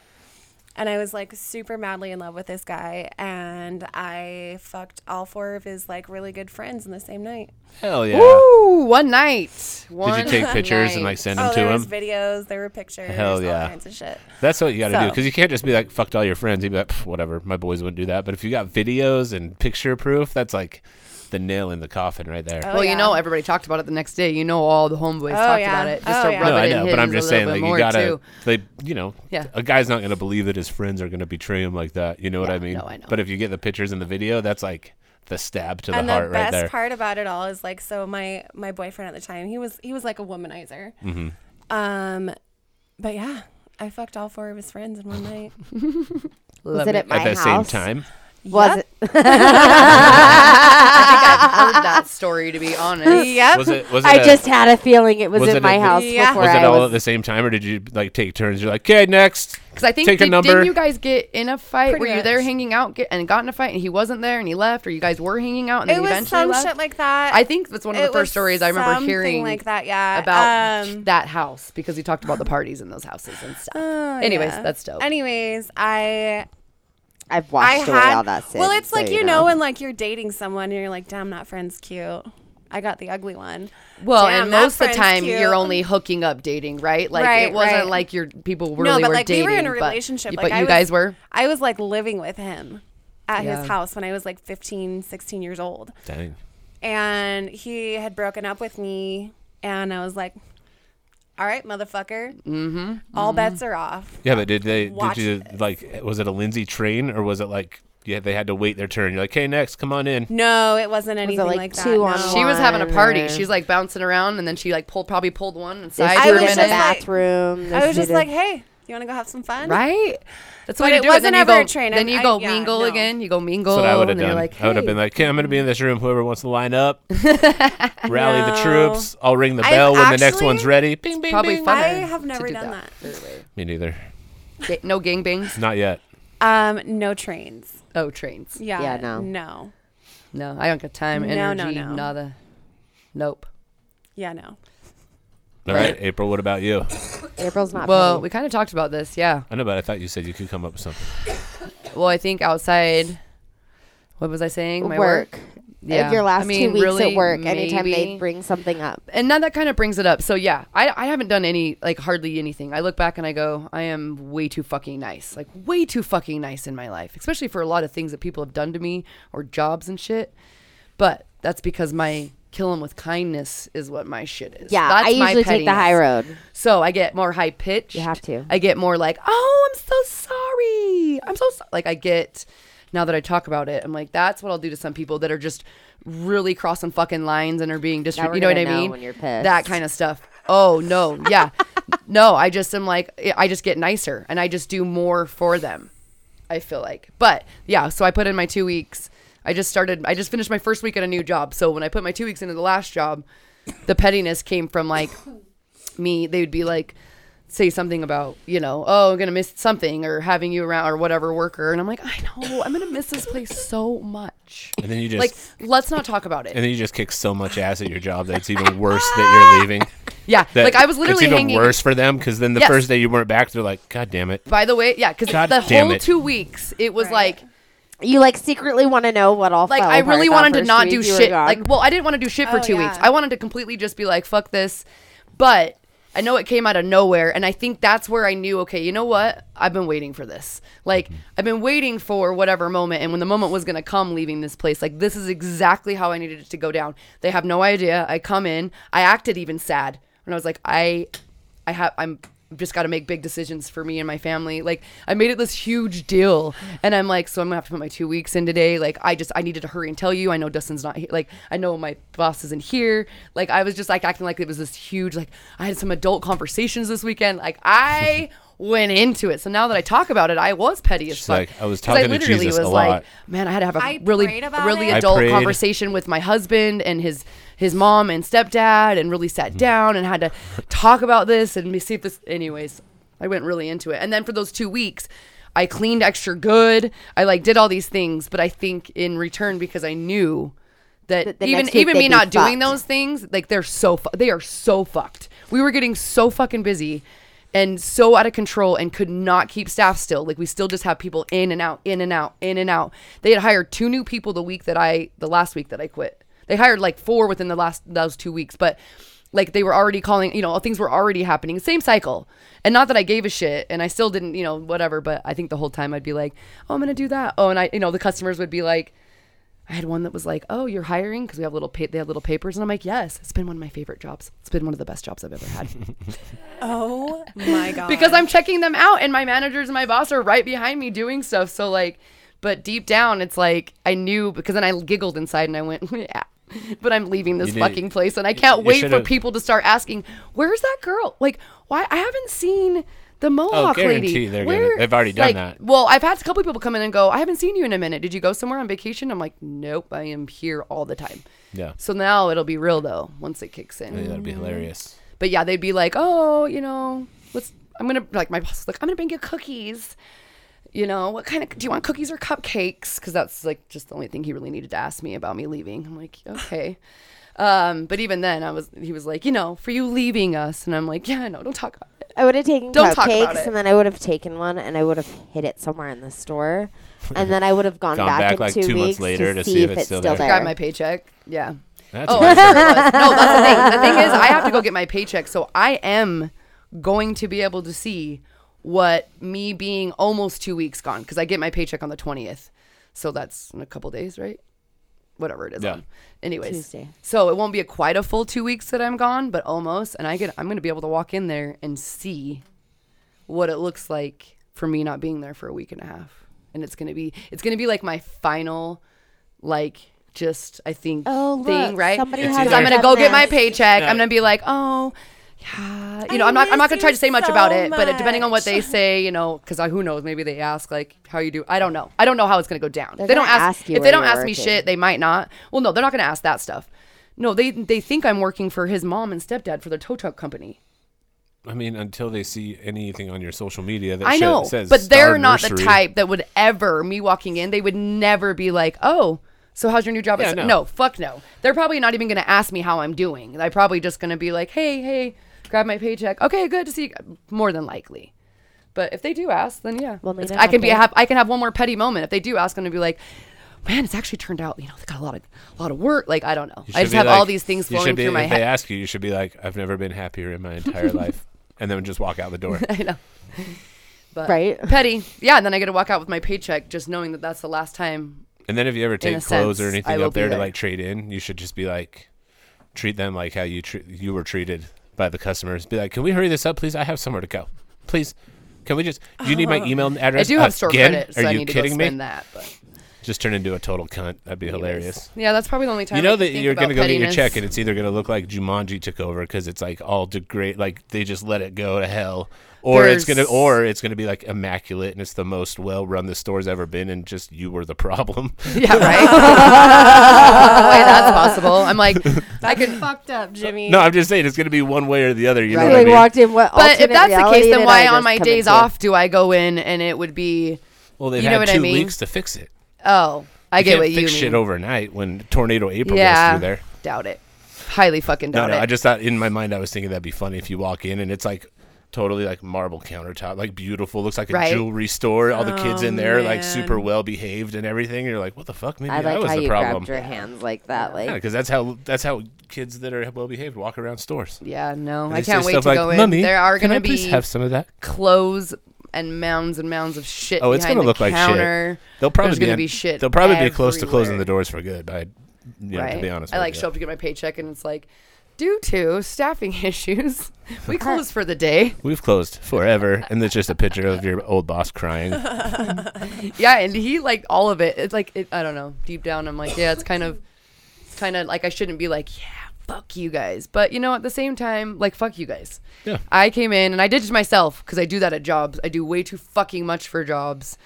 Speaker 2: And I was like super madly in love with this guy and I fucked all four of his like really good friends in the same night.
Speaker 3: Hell yeah!
Speaker 1: Ooh, one night.
Speaker 3: Did you
Speaker 1: One
Speaker 3: take pictures and like
Speaker 1: night.
Speaker 3: send
Speaker 2: Oh,
Speaker 3: them to
Speaker 2: there
Speaker 3: him?
Speaker 2: was videos, there were pictures,
Speaker 3: Hell yeah.
Speaker 2: all kinds of shit.
Speaker 3: That's what you got to do. 'Cause do
Speaker 2: So-
Speaker 3: because you can't just be like fucked all your friends. You'd be like "Pff, whatever, my boys wouldn't do that. But if you got videos and picture proof, that's like the nail in the coffin right there.
Speaker 1: Well,
Speaker 2: yeah.
Speaker 1: you know, everybody talked about it the next day. You know, all the homeboys talked
Speaker 2: yeah.
Speaker 1: about it.
Speaker 2: Oh,
Speaker 1: Just to
Speaker 2: yeah.
Speaker 1: rub
Speaker 3: no,
Speaker 1: it
Speaker 3: I
Speaker 1: in
Speaker 3: know,
Speaker 1: his
Speaker 3: but I'm
Speaker 1: a little
Speaker 3: just saying,
Speaker 1: bit
Speaker 3: like you
Speaker 1: more,
Speaker 3: gotta,
Speaker 1: too.
Speaker 3: they, you know,
Speaker 1: Yeah.
Speaker 3: a guy's not gonna believe that his friends are gonna betray him like that. You know what I mean?
Speaker 1: no, I know.
Speaker 3: But if you get the pictures and the video, that's like the stab to the
Speaker 2: and
Speaker 3: heart
Speaker 2: the
Speaker 3: right
Speaker 2: best
Speaker 3: there.
Speaker 2: part about it all is like so my my boyfriend at the time he was he was like a womanizer
Speaker 3: Mm-hmm.
Speaker 2: um but yeah i fucked all four of his friends in one night
Speaker 4: Was it at my
Speaker 3: At the
Speaker 4: house?
Speaker 3: same time,
Speaker 4: Was
Speaker 2: Yep.
Speaker 4: it?
Speaker 1: I think I've heard that story to be honest.
Speaker 2: Yep.
Speaker 3: Was it? Was it?
Speaker 4: I
Speaker 3: a-
Speaker 4: just had a feeling it was,
Speaker 3: was
Speaker 4: in
Speaker 3: it
Speaker 4: my
Speaker 3: a-
Speaker 4: house
Speaker 2: Yeah.
Speaker 4: before
Speaker 3: was it
Speaker 4: I
Speaker 3: all at
Speaker 4: was.
Speaker 3: the same time, or did you like take turns? You're like, okay, next.
Speaker 1: Because I think
Speaker 3: Take a
Speaker 1: did,
Speaker 3: number.
Speaker 1: didn't you guys get in a fight?
Speaker 2: Pretty
Speaker 1: were you there
Speaker 2: much.
Speaker 1: hanging out get, and got in a fight and he wasn't there and he left, or you guys were hanging out and then
Speaker 2: it
Speaker 1: he
Speaker 2: was
Speaker 1: eventually
Speaker 2: some
Speaker 1: left?
Speaker 2: shit like that.
Speaker 1: I think that's one of
Speaker 2: It
Speaker 1: the
Speaker 2: was
Speaker 1: first stories I remember
Speaker 2: something
Speaker 1: hearing
Speaker 2: like that. Yeah.
Speaker 1: about
Speaker 2: Um,
Speaker 1: that house because he talked about the parties in those houses and stuff.
Speaker 2: Oh,
Speaker 1: Anyways,
Speaker 2: yeah.
Speaker 1: that's dope.
Speaker 2: Anyways, I
Speaker 4: I've
Speaker 2: I
Speaker 4: watched away
Speaker 2: had
Speaker 4: all that. Sid,
Speaker 2: well, it's
Speaker 4: so
Speaker 2: like you know when like you're dating someone and you're like, damn, that friend's cute. I got the ugly one.
Speaker 1: Well,
Speaker 2: Damn,
Speaker 1: and
Speaker 2: that
Speaker 1: most of the
Speaker 2: friend's
Speaker 1: time
Speaker 2: cute.
Speaker 1: you're only hooking up, dating, right? Like
Speaker 2: Right,
Speaker 1: it wasn't
Speaker 2: right.
Speaker 1: like your people really
Speaker 2: no, but
Speaker 1: were
Speaker 2: like
Speaker 1: dating.
Speaker 2: we were in a
Speaker 1: but-
Speaker 2: relationship.
Speaker 1: But,
Speaker 2: like, I
Speaker 1: you
Speaker 2: was-
Speaker 1: guys were.
Speaker 2: I was like living with him at
Speaker 1: Yeah.
Speaker 2: his house when I was like 15, 16 years old,
Speaker 3: Dang.
Speaker 2: and he had broken up with me, and I was like, all right, motherfucker, mm-hmm, all bets are off.
Speaker 3: Yeah, but did they?
Speaker 2: Watch
Speaker 3: did you like? Was it a Lindsay train, or was it like? Yeah, they had to wait their turn. You're like, hey, next, come on in.
Speaker 2: No, it wasn't anything
Speaker 4: like,
Speaker 2: like that.
Speaker 4: two on
Speaker 2: no.
Speaker 4: one?
Speaker 1: She was having a party.
Speaker 4: or-
Speaker 1: She's like bouncing around, and then she like pulled probably pulled one and
Speaker 4: They
Speaker 1: sighed
Speaker 2: I
Speaker 1: for
Speaker 4: stood
Speaker 1: a
Speaker 4: in
Speaker 2: was
Speaker 4: the
Speaker 1: minute.
Speaker 2: just like-
Speaker 4: bathroom.
Speaker 2: I
Speaker 4: they
Speaker 2: was just
Speaker 4: stood
Speaker 2: like,
Speaker 4: in-
Speaker 2: hey, you want to go have some fun?
Speaker 1: right? That's
Speaker 2: But
Speaker 1: what you
Speaker 2: it
Speaker 1: do. and
Speaker 2: wasn't
Speaker 1: then you
Speaker 2: ever
Speaker 1: go,
Speaker 2: a train.
Speaker 1: Then
Speaker 2: I-
Speaker 1: you go
Speaker 2: yeah,
Speaker 1: mingle
Speaker 2: no.
Speaker 1: again. You go mingle.
Speaker 3: That's what I would have
Speaker 1: Oh, and then
Speaker 3: done.
Speaker 1: you're Like,
Speaker 3: I would have
Speaker 1: "Hey."
Speaker 3: been like, "Okay, I'm going to be in this room. Whoever wants to line up, rally the troops. I'll ring the
Speaker 2: I've
Speaker 3: bell when the next
Speaker 2: actually-
Speaker 3: one's ready." Bing, bing,
Speaker 1: probably
Speaker 3: bing.
Speaker 1: funner.
Speaker 2: I have
Speaker 1: to
Speaker 2: never
Speaker 1: do
Speaker 2: done
Speaker 3: Me neither.
Speaker 1: Ga- No gangbangs.
Speaker 3: Not yet.
Speaker 2: Um, no trains.
Speaker 1: Oh, trains.
Speaker 2: Yeah.
Speaker 4: Yeah, no.
Speaker 2: No.
Speaker 1: No, I don't got time,
Speaker 2: No,
Speaker 1: energy,
Speaker 2: no, no.
Speaker 1: nada. Nope.
Speaker 2: Yeah, no.
Speaker 3: All right, April. What about you?
Speaker 4: April's not.
Speaker 1: Well,
Speaker 4: pretty.
Speaker 1: we kind of talked about this, yeah.
Speaker 3: I know, but I thought you said you could come up with something.
Speaker 1: Well, I think outside. What was I saying? My
Speaker 4: work.
Speaker 1: Yeah.
Speaker 4: Your last
Speaker 1: I mean,
Speaker 4: two weeks
Speaker 1: really,
Speaker 4: at work, anytime
Speaker 1: maybe-
Speaker 4: they bring something up.
Speaker 1: and now that kind of brings it up. So yeah, I, I haven't done any like hardly anything. I look back and I go, I am way too fucking nice, like way too fucking nice in my life, especially for a lot of things that people have done to me or jobs and shit. But that's because my kill 'em with kindness is what my shit is.
Speaker 4: Yeah,
Speaker 1: that's
Speaker 4: I
Speaker 1: my
Speaker 4: usually take the
Speaker 1: pettiness.
Speaker 4: high road.
Speaker 1: So I get more high pitched.
Speaker 4: You have to.
Speaker 1: I get more like, oh, I'm so sorry. I'm so sorry. Like I get. Now that I talk about it, I'm like, that's what I'll do to some people that are just really crossing fucking lines and are being
Speaker 4: we're
Speaker 1: disrespectful. You know what
Speaker 4: gonna
Speaker 1: I
Speaker 4: know
Speaker 1: mean?
Speaker 4: when you're pissed.
Speaker 1: That kind of stuff. Oh no, yeah, no. I just am like, eh, I just get nicer and I just do more for them. I feel like, but yeah. So I put in my two weeks. I just started. I just finished my first week at a new job. So when I put my two weeks into the last job, the pettiness came from like me, they would be like, say something about, you know, oh, I'm going to miss something or having you around or whatever worker. And I'm like, I know, I'm going to miss this place so much.
Speaker 3: And then you just
Speaker 1: Like, let's not talk about
Speaker 3: and
Speaker 1: it.
Speaker 3: then you just kick so much ass at your job that it's even worse that you're leaving.
Speaker 1: Yeah.
Speaker 3: That
Speaker 1: Like, I was literally
Speaker 3: it's even
Speaker 1: hanging.
Speaker 3: worse for them because then the
Speaker 1: Yes.
Speaker 3: first day you weren't back, they're like, "God damn it."
Speaker 1: By the way, yeah, because
Speaker 3: God
Speaker 1: the
Speaker 3: damn
Speaker 1: whole
Speaker 3: it.
Speaker 1: two weeks, it was
Speaker 2: Right.
Speaker 1: like,
Speaker 4: You like secretly want to know what all.
Speaker 1: like
Speaker 4: fell
Speaker 1: I
Speaker 4: apart
Speaker 1: really
Speaker 4: that
Speaker 1: wanted to
Speaker 4: first
Speaker 1: not
Speaker 4: week
Speaker 1: do
Speaker 4: you were
Speaker 1: shit.
Speaker 4: gone.
Speaker 1: Like, well, I didn't want to do shit for
Speaker 2: Oh,
Speaker 1: two weeks.
Speaker 2: yeah.
Speaker 1: I wanted to completely just be like, fuck this. But I know it came out of nowhere, and I think that's where I knew, okay, you know what? I've been waiting for this. Like,
Speaker 4: Mm-hmm.
Speaker 1: I've been waiting for whatever moment, and when the moment was gonna come, leaving this place, like this is exactly how I needed it to go down. They have no idea. I come in, I acted even sad, and I was like, I, I have, I'm just got to make big decisions for me and my family. Like I made it this huge deal, and I'm like, so I'm gonna have to put my two weeks in today. Like I just I needed to hurry and tell you. I know Dustin's not here. Like I know my boss isn't here. Like I was just like acting like it was this huge. Like I had some adult conversations this weekend. Like I went into it. So now that I talk about it, I was petty as
Speaker 3: She's
Speaker 1: fuck.
Speaker 3: like, I was
Speaker 1: 'Cause
Speaker 3: talking to
Speaker 1: literally
Speaker 3: Jesus a
Speaker 1: was like,
Speaker 3: lot.
Speaker 1: Man, I had to have a
Speaker 2: I
Speaker 1: really
Speaker 2: prayed about
Speaker 1: really
Speaker 2: it.
Speaker 3: I
Speaker 1: adult
Speaker 3: prayed.
Speaker 1: conversation conversation with my husband and his his mom and stepdad and really sat down and had to talk about this and me see if this anyways i went really into it and then for those two weeks i cleaned extra good i like did all these things but i think in return because i knew that
Speaker 4: the
Speaker 1: even
Speaker 4: next week
Speaker 1: even
Speaker 4: they'd
Speaker 1: me
Speaker 4: be
Speaker 1: not doing
Speaker 4: fucked.
Speaker 1: those things like they're so fu- they are so fucked we were getting so fucking busy and so out of control and could not keep staff still like we still just have people in and out in and out in and out they had hired two new people the week that i the last week that i quit they hired like four within the last those two weeks but like they were already calling you know things were already happening same cycle and not that i gave a shit and i still didn't you know whatever but i think the whole time i'd be like oh i'm gonna do that oh and i you know the customers would be like I had one that was like, "Oh, you're hiring because we have little pa- they had little papers," and I'm like, "Yes, it's been one of my favorite jobs. It's been one of the best jobs I've ever had
Speaker 2: Oh my god.
Speaker 1: because I'm checking them out, and my managers and my boss are right behind me doing stuff. So like, but deep down, it's like I knew because then I giggled inside and I went, "Yeah." But I'm leaving this
Speaker 3: You did-
Speaker 1: fucking place, and I can't
Speaker 3: you
Speaker 1: wait for
Speaker 3: should've-
Speaker 1: people to start asking, "Where's that girl? Like, why I haven't seen The Mohawk
Speaker 3: Oh, guarantee
Speaker 1: lady.
Speaker 3: they're gonna-
Speaker 1: Where,
Speaker 3: they've already done
Speaker 1: like,
Speaker 3: that.
Speaker 1: Well, I've had a couple people come in and go, I haven't seen you in a minute. Did you go somewhere on vacation? I'm like, nope, I am here all the time.
Speaker 3: Yeah.
Speaker 1: So now it'll be real though once it kicks in.
Speaker 3: Yeah, that'd be hilarious.
Speaker 1: But yeah, they'd be like, oh, you know, let's. I'm gonna like my boss is like, I'm gonna bring you cookies. You know, what kind of do you want cookies or cupcakes? Because that's like just the only thing he really needed to ask me about me leaving. I'm like, okay. Um, but even then, I was he was like, you know, for you leaving us, and I'm like, yeah, no, don't talk about it.
Speaker 4: I would have taken
Speaker 1: Don't talk about
Speaker 4: cupcakes,
Speaker 1: it.
Speaker 4: and then I would have taken one, and I would have hid it somewhere in the store, and then I would have gone,
Speaker 3: Gone
Speaker 4: back,
Speaker 3: back,
Speaker 4: in
Speaker 3: like,
Speaker 4: two,
Speaker 3: two months
Speaker 4: weeks
Speaker 3: later
Speaker 4: to see if it's still there.
Speaker 1: Got my paycheck. Yeah.
Speaker 3: That's
Speaker 1: Oh,
Speaker 3: nice.
Speaker 1: I'm sure it was. No, that's the thing. The thing is, I have to go get my paycheck, so I am going to be able to see what me being almost two weeks gone because I get my paycheck on the twentieth, so that's in a couple days, right? Whatever it is.
Speaker 3: Yeah.
Speaker 1: On. Anyways,
Speaker 4: Tuesday.
Speaker 1: so it won't be a quite a full two weeks that I'm gone, but almost, and I get I'm going to be able to walk in there and see what it looks like for me not being there for a week and a half, and it's going to be it's going to be like my final, like just I think
Speaker 4: Oh,
Speaker 1: thing
Speaker 4: look,
Speaker 1: right
Speaker 4: somebody
Speaker 3: It's
Speaker 1: because
Speaker 3: either-
Speaker 1: I'm gonna
Speaker 4: done
Speaker 1: go get
Speaker 4: that.
Speaker 1: my paycheck. I'm gonna be like, oh, yeah, you know,
Speaker 2: I
Speaker 1: I'm not, I'm not
Speaker 2: miss
Speaker 1: gonna try
Speaker 2: you
Speaker 1: to say much
Speaker 2: so
Speaker 1: about it, but depending on what
Speaker 2: much.
Speaker 1: they say, you know, because who knows, maybe they ask like how you do. I don't know. I don't know how it's gonna go down.
Speaker 4: They're
Speaker 1: If they don't
Speaker 4: gonna
Speaker 1: ask,
Speaker 4: ask you
Speaker 1: if they
Speaker 4: where
Speaker 1: don't
Speaker 4: you're
Speaker 1: ask me
Speaker 4: working.
Speaker 1: shit, they might not. Well, no, they're not gonna ask that stuff. No, they they think I'm working for his mom and stepdad for their tow truck company.
Speaker 3: I mean, until they see anything on your social media that
Speaker 1: I
Speaker 3: show-
Speaker 1: know,
Speaker 3: says
Speaker 1: but
Speaker 3: Star
Speaker 1: they're not the
Speaker 3: Nursery.
Speaker 1: type that would ever me walking in. They would never be like, "Oh, so how's your new job?"
Speaker 3: Yeah,
Speaker 1: no.
Speaker 3: no.
Speaker 1: fuck no. They're probably not even going to ask me how I'm doing. They're probably just going to be like, "Hey, hey, grab my paycheck. Okay, good to see." you. More than likely, but if they do ask, then yeah,
Speaker 4: Well, they
Speaker 1: It's-
Speaker 4: don't
Speaker 1: I can
Speaker 4: have
Speaker 1: be
Speaker 4: to.
Speaker 1: have I can have one more petty moment. If they do ask, I'm going to be like. Man, it's actually turned out, you know, they got a lot of a lot of work. Like, I don't know.
Speaker 3: You
Speaker 1: I
Speaker 3: should
Speaker 1: just
Speaker 3: be
Speaker 1: have
Speaker 3: like-
Speaker 1: all these things
Speaker 3: you should
Speaker 1: flowing
Speaker 3: be-
Speaker 1: through my
Speaker 3: if
Speaker 1: head.
Speaker 3: They ask you, you should be like, "I've never been happier in my entire life," and then just walk out the door.
Speaker 1: I know. But
Speaker 4: Right.
Speaker 1: petty. Yeah, and then I get to walk out with my paycheck just knowing that that's the last time.
Speaker 3: And then if you ever take
Speaker 1: a
Speaker 3: clothes
Speaker 1: sense,
Speaker 3: or
Speaker 1: I
Speaker 3: anything
Speaker 1: will
Speaker 3: up
Speaker 1: be
Speaker 3: there,
Speaker 1: there.
Speaker 3: to like trade in, you should just be like, treat them like how you tre- you were treated by the customers. Be like, "Can we hurry this up, please? I have somewhere to go. Please, can we just? Do you need my email
Speaker 1: I
Speaker 3: address?
Speaker 1: do have store
Speaker 3: again?
Speaker 1: credit, so
Speaker 3: Are
Speaker 1: I
Speaker 3: you
Speaker 1: need to go
Speaker 3: kidding me?
Speaker 1: spend that. But
Speaker 3: Just turn into a total cunt. That'd be
Speaker 1: anyways.
Speaker 3: hilarious."
Speaker 1: Yeah, that's probably the only time.
Speaker 3: You know
Speaker 1: I
Speaker 3: that
Speaker 1: think
Speaker 3: you're
Speaker 1: about
Speaker 3: gonna go get your
Speaker 1: pettiness.
Speaker 3: check, and it's either gonna look like Jumanji took over because it's like all degrade, like they just let it go to hell, or it's gonna,
Speaker 1: There's-
Speaker 3: or it's gonna be like immaculate, and it's the most well-run the store's ever been, and just you were the problem.
Speaker 1: yeah, right. Wait, that's possible. I'm like, I can.
Speaker 2: Fucked up, Jimmy.
Speaker 3: no, I'm just saying it's gonna be one way or the other. You
Speaker 4: Right.
Speaker 3: know what I
Speaker 4: Like
Speaker 3: mean?
Speaker 4: walked in. What?
Speaker 1: But if
Speaker 4: alternate
Speaker 1: that's the
Speaker 4: reality
Speaker 1: case, then
Speaker 4: did
Speaker 1: why
Speaker 4: I
Speaker 1: on
Speaker 4: just
Speaker 1: my
Speaker 4: come
Speaker 1: days
Speaker 4: into?
Speaker 1: off do I go in and it would be?
Speaker 3: well, they've
Speaker 1: you know what
Speaker 3: had two
Speaker 1: I mean?
Speaker 3: weeks to fix it.
Speaker 1: Oh, I
Speaker 3: You
Speaker 1: get
Speaker 3: can't
Speaker 1: what you
Speaker 3: fix shit
Speaker 1: mean.
Speaker 3: overnight when tornado April
Speaker 1: yeah,
Speaker 3: goes through there.
Speaker 1: doubt it. Highly fucking
Speaker 3: No,
Speaker 1: doubt
Speaker 3: no,
Speaker 1: it.
Speaker 3: I just thought in my mind I was thinking that'd be funny if you walk in and it's like totally like marble countertop, like beautiful, looks like a
Speaker 1: Right.
Speaker 3: jewelry store. All the kids
Speaker 2: Oh,
Speaker 3: in there like super
Speaker 2: man.
Speaker 3: well behaved and everything. You're like, what the fuck? Maybe
Speaker 4: I
Speaker 3: that
Speaker 4: like
Speaker 3: was
Speaker 4: how
Speaker 3: the
Speaker 4: you
Speaker 3: problem.
Speaker 4: grabbed your hands like that.
Speaker 3: Yeah,
Speaker 4: Like
Speaker 3: because that's how that's how kids that are well behaved walk around stores.
Speaker 1: yeah, no,
Speaker 3: And
Speaker 1: I
Speaker 3: they say
Speaker 1: can't wait to
Speaker 3: stuff like,
Speaker 1: go in.
Speaker 3: "Mummy,
Speaker 1: there are
Speaker 3: can
Speaker 1: gonna
Speaker 3: I
Speaker 1: be
Speaker 3: please have some of that.
Speaker 1: clothes and mounds and mounds of shit.
Speaker 3: Oh, it's
Speaker 1: behind
Speaker 3: gonna
Speaker 1: the
Speaker 3: look like shit.
Speaker 1: counter.
Speaker 3: They'll probably
Speaker 1: There's gonna
Speaker 3: on-
Speaker 1: be shit
Speaker 3: They'll probably be close to closing
Speaker 1: everywhere.
Speaker 3: the doors for good. But yeah, to be honest,
Speaker 1: I
Speaker 3: with
Speaker 1: like
Speaker 3: you.
Speaker 1: show up to get my paycheck and it's like, due to staffing issues, we close for the day.
Speaker 3: We've closed forever, and it's just a picture of your old boss crying.
Speaker 1: Yeah, and he like all of it. It's like it, I don't know. Deep down, I'm like, yeah, it's kind of, it's kind of like I shouldn't be like, yeah, fuck you guys. But you know, at the same time, like fuck you guys.
Speaker 3: Yeah.
Speaker 1: I came in and I did it to myself because I do that at jobs. I do way too fucking much for jobs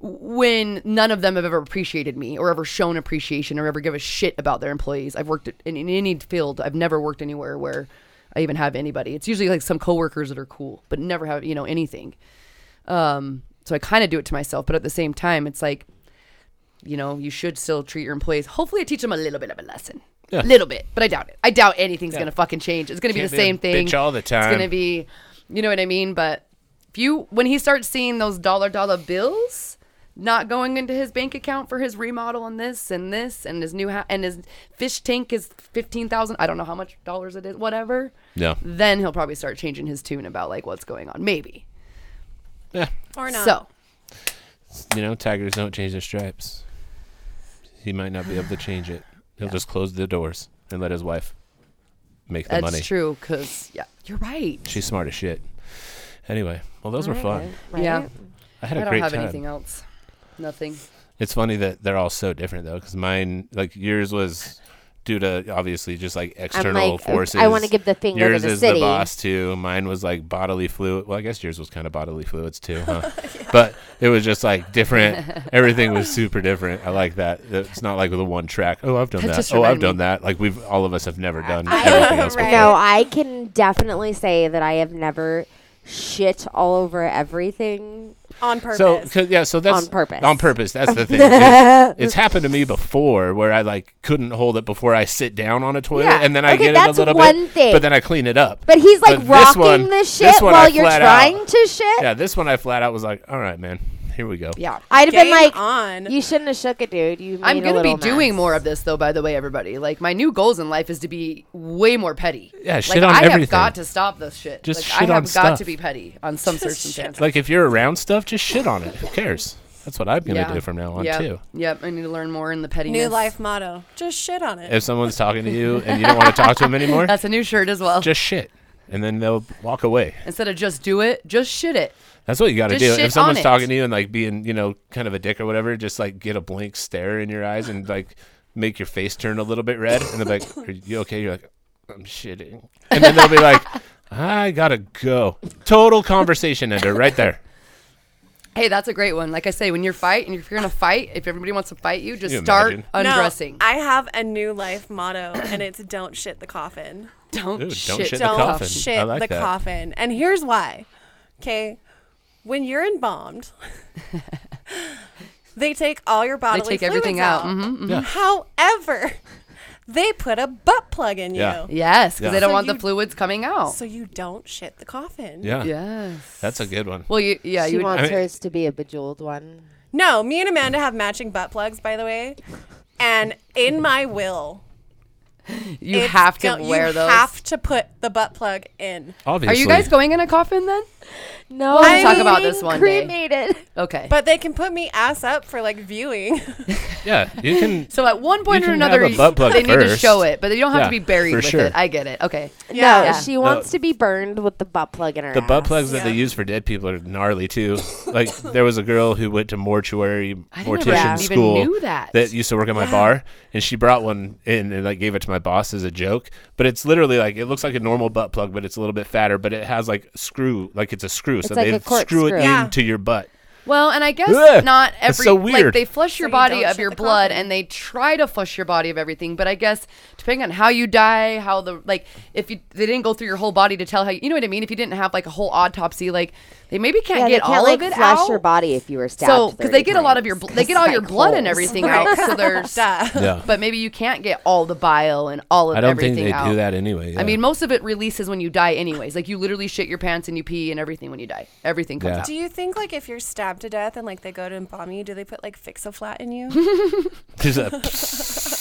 Speaker 1: when none of them have ever appreciated me or ever shown appreciation or ever give a shit about their employees. I've worked in, in any field. I've never worked anywhere where I even have anybody. It's usually like some coworkers that are cool, but never have, you know, anything. Um, so I kind of do it to myself, but at the same time, it's like, you know, you should still treat your employees. Hopefully, I teach them a little bit of a lesson, a
Speaker 3: Yeah.
Speaker 1: little bit, but I doubt it. I doubt anything's gonna fucking change. It's gonna be
Speaker 3: Can't
Speaker 1: the
Speaker 3: be a
Speaker 1: same thing
Speaker 3: bitch all the
Speaker 1: It's gonna
Speaker 3: time.
Speaker 1: be, you know what I mean. But if you, when he starts seeing those dollar dollar bills not going into his bank account for his remodel and this and this and his new house and his fish tank is fifteen thousand. I don't know how much dollars it is, whatever.
Speaker 3: Yeah.
Speaker 1: Then he'll probably start changing his tune about like what's going on. Maybe.
Speaker 3: yeah,
Speaker 2: Or not.
Speaker 1: So
Speaker 3: you know, tigers don't change their stripes. He might not be able to change it. He'll just close the doors and let his wife make the
Speaker 1: that's
Speaker 3: money.
Speaker 1: true. Cause yeah, you're right.
Speaker 3: She's smart as shit. Anyway, well, those were fun.
Speaker 4: right?
Speaker 1: Yeah.
Speaker 3: I had a
Speaker 1: I don't
Speaker 3: great
Speaker 1: have
Speaker 3: time.
Speaker 1: anything else. Nothing.
Speaker 3: It's funny that they're all so different though, because mine, like yours, was due to obviously just like
Speaker 4: I'm
Speaker 3: external
Speaker 4: like,
Speaker 3: forces.
Speaker 4: I want to give the finger
Speaker 3: yours
Speaker 4: to the
Speaker 3: is
Speaker 4: city.
Speaker 3: the boss too. Mine was like bodily fluid. Well, I guess yours was kind of bodily fluids too, huh? But it was just like different. Everything was super different. I like that. It's not like with a one track. Oh, I've done
Speaker 1: That
Speaker 3: that.
Speaker 1: just
Speaker 3: oh, I've
Speaker 1: reminded
Speaker 3: done
Speaker 1: me.
Speaker 3: that. Like we've all of us have never done
Speaker 4: I-
Speaker 3: everything else
Speaker 2: Right.
Speaker 3: before.
Speaker 4: No, I can definitely say that I have never shit all over everything.
Speaker 2: on purpose.
Speaker 3: So, 'cause- yeah, so that's
Speaker 4: On purpose.
Speaker 3: On purpose. That's the thing. It's, it's happened to me before where I like couldn't hold it before I sit down on a toilet,
Speaker 4: Yeah,
Speaker 3: and then I
Speaker 4: okay,
Speaker 3: get it a
Speaker 4: that's
Speaker 3: little
Speaker 4: one
Speaker 3: bit,
Speaker 4: thing.
Speaker 3: but then I clean it up.
Speaker 4: But he's like
Speaker 3: But this
Speaker 4: rocking
Speaker 3: one-
Speaker 4: the
Speaker 3: this
Speaker 4: shit
Speaker 3: one I
Speaker 4: while you're
Speaker 3: flat
Speaker 4: trying
Speaker 3: out-
Speaker 4: to shit.
Speaker 3: yeah, this one I flat out was like, "All right, man, here we go."
Speaker 1: Yeah.
Speaker 4: I'd have been
Speaker 2: Game
Speaker 4: like,
Speaker 2: on.
Speaker 4: you shouldn't have shook it, dude. You.
Speaker 1: I'm
Speaker 4: made a
Speaker 1: gonna be
Speaker 4: little
Speaker 1: doing
Speaker 4: mess."
Speaker 1: more of this though, by the way, everybody. Like my new goals in life is to be way more petty.
Speaker 3: Yeah,
Speaker 1: like,
Speaker 3: shit on
Speaker 1: I
Speaker 3: everything.
Speaker 1: have got to stop this shit.
Speaker 3: Just
Speaker 1: like,
Speaker 3: shit
Speaker 1: I have
Speaker 3: on
Speaker 1: got
Speaker 3: stuff.
Speaker 1: to be petty on some circumstance.
Speaker 3: Like if you're around stuff, just shit on it. Who cares? That's what I'm gonna do from now on
Speaker 1: yep.
Speaker 3: too.
Speaker 1: Yep, I need to learn more in the pettiness.
Speaker 2: New life motto. Just shit on it.
Speaker 3: If someone's talking to you and you don't want to talk to them anymore,
Speaker 1: That's a new shirt as well.
Speaker 3: just shit, and then they'll walk away.
Speaker 1: Instead of just do it, just shit it.
Speaker 3: That's what you got to
Speaker 1: Just
Speaker 3: do.
Speaker 1: shit
Speaker 3: If someone's
Speaker 1: on it.
Speaker 3: talking to you and like being, you know, kind of a dick or whatever, just like get a blank stare in your eyes and like make your face turn a little bit red, and they're like, "Are you okay?" You're like, "I'm shitting," and then they'll be like, "I gotta go." Total conversation ender right there.
Speaker 1: Hey, that's a great one. Like I say, when you're fight and if you're gonna fight, if everybody wants to fight you, just
Speaker 3: you
Speaker 1: start
Speaker 3: imagine?
Speaker 2: No,
Speaker 1: undressing.
Speaker 2: I have a new life motto, and it's "Don't shit the coffin."
Speaker 1: don't,
Speaker 3: Ooh, don't
Speaker 1: shit.
Speaker 3: shit the
Speaker 2: Don't
Speaker 3: coffin. I
Speaker 2: shit
Speaker 3: like
Speaker 2: the
Speaker 3: that.
Speaker 2: coffin. And here's why. Okay, when you're embalmed, they take all your bodily
Speaker 1: take
Speaker 2: fluids
Speaker 1: everything out.
Speaker 2: out. Mm-hmm,
Speaker 1: Mhm,
Speaker 3: Yeah.
Speaker 2: However, they put a butt plug in
Speaker 3: Yeah.
Speaker 2: you,
Speaker 1: Yes, because
Speaker 3: Yeah.
Speaker 1: they don't
Speaker 2: So
Speaker 1: want
Speaker 2: you-
Speaker 1: the fluids coming out.
Speaker 2: so you don't shit the coffin.
Speaker 3: Yeah,
Speaker 1: Yes.
Speaker 3: that's a good one.
Speaker 1: Well, you yeah,
Speaker 4: She
Speaker 1: you would,
Speaker 4: wants
Speaker 3: I mean-
Speaker 4: hers to be a bejeweled one.
Speaker 2: No, me and Amanda have matching butt plugs, by the way. And in my will,
Speaker 1: you
Speaker 2: it's
Speaker 1: have to
Speaker 2: go-
Speaker 1: wear
Speaker 2: you
Speaker 1: those.
Speaker 2: have to put the butt plug in.
Speaker 1: Are
Speaker 3: Obviously,
Speaker 1: you guys going in a coffin then?
Speaker 4: No,
Speaker 1: we'll talk about this one day.
Speaker 4: cremated.
Speaker 1: Okay.
Speaker 2: But they can put me ass up for like viewing.
Speaker 3: Yeah, you can.
Speaker 1: so at one point
Speaker 3: You
Speaker 1: or
Speaker 3: can have
Speaker 1: another,
Speaker 3: a butt plug
Speaker 1: they need to
Speaker 3: first.
Speaker 1: show it, but you don't have
Speaker 3: Yeah,
Speaker 1: to be buried
Speaker 3: for
Speaker 1: with
Speaker 3: sure.
Speaker 1: it. I get it. Okay.
Speaker 4: No,
Speaker 2: Yeah.
Speaker 4: she wants to be burned with the butt plug in her.
Speaker 3: The butt
Speaker 4: ass.
Speaker 3: plugs that they
Speaker 2: Yeah.
Speaker 3: use for dead people are gnarly too. like there was a girl who went to mortuary
Speaker 1: I didn't
Speaker 3: mortician
Speaker 1: even
Speaker 3: school
Speaker 1: knew that.
Speaker 3: used to work at my bar, and she brought one in and like gave it to my boss as a joke. But it's literally like it looks like a normal butt plug, but it's a little bit fatter. But it has like screw, like it's a screw, so
Speaker 4: like
Speaker 3: they
Speaker 4: a corkscrew.
Speaker 3: screw it
Speaker 2: Yeah.
Speaker 3: into your butt.
Speaker 1: Well, and I guess
Speaker 3: Ugh,
Speaker 1: not
Speaker 3: that's
Speaker 1: every
Speaker 3: so
Speaker 1: like
Speaker 3: weird.
Speaker 1: they flush your
Speaker 2: you
Speaker 1: body
Speaker 2: don't
Speaker 1: of
Speaker 2: shit
Speaker 1: your
Speaker 2: the
Speaker 1: blood
Speaker 2: coffin.
Speaker 1: and they try to flush your body of everything, but I guess depending on how you die, how the like if you they didn't go through your whole body to tell how you, you know what I mean, if you didn't have like a whole autopsy, like they maybe can't
Speaker 4: Yeah,
Speaker 1: get
Speaker 4: they can't
Speaker 1: all
Speaker 4: like
Speaker 1: of it
Speaker 4: flush
Speaker 1: out.
Speaker 4: your body if you were stabbed.
Speaker 1: so because they
Speaker 4: 30
Speaker 1: get a lot of your
Speaker 4: times,
Speaker 1: bl- they
Speaker 4: 'cause
Speaker 1: get all
Speaker 4: it's
Speaker 1: your
Speaker 4: like
Speaker 1: blood and
Speaker 4: holes.
Speaker 1: everything out, so there's
Speaker 2: Duh.
Speaker 3: Yeah,
Speaker 1: but maybe you can't get all the bile and all of
Speaker 3: I don't
Speaker 1: everything
Speaker 3: think they
Speaker 1: out.
Speaker 3: do that anyway.
Speaker 1: I mean, most of it releases when you die, anyways. Like you literally shit your pants and you pee and everything when you die. Everything comes
Speaker 3: Yeah.
Speaker 1: out.
Speaker 2: Do you think like if you're stabbed to death and like they go to embalm you, do they put like fix a flat in you?
Speaker 3: just, a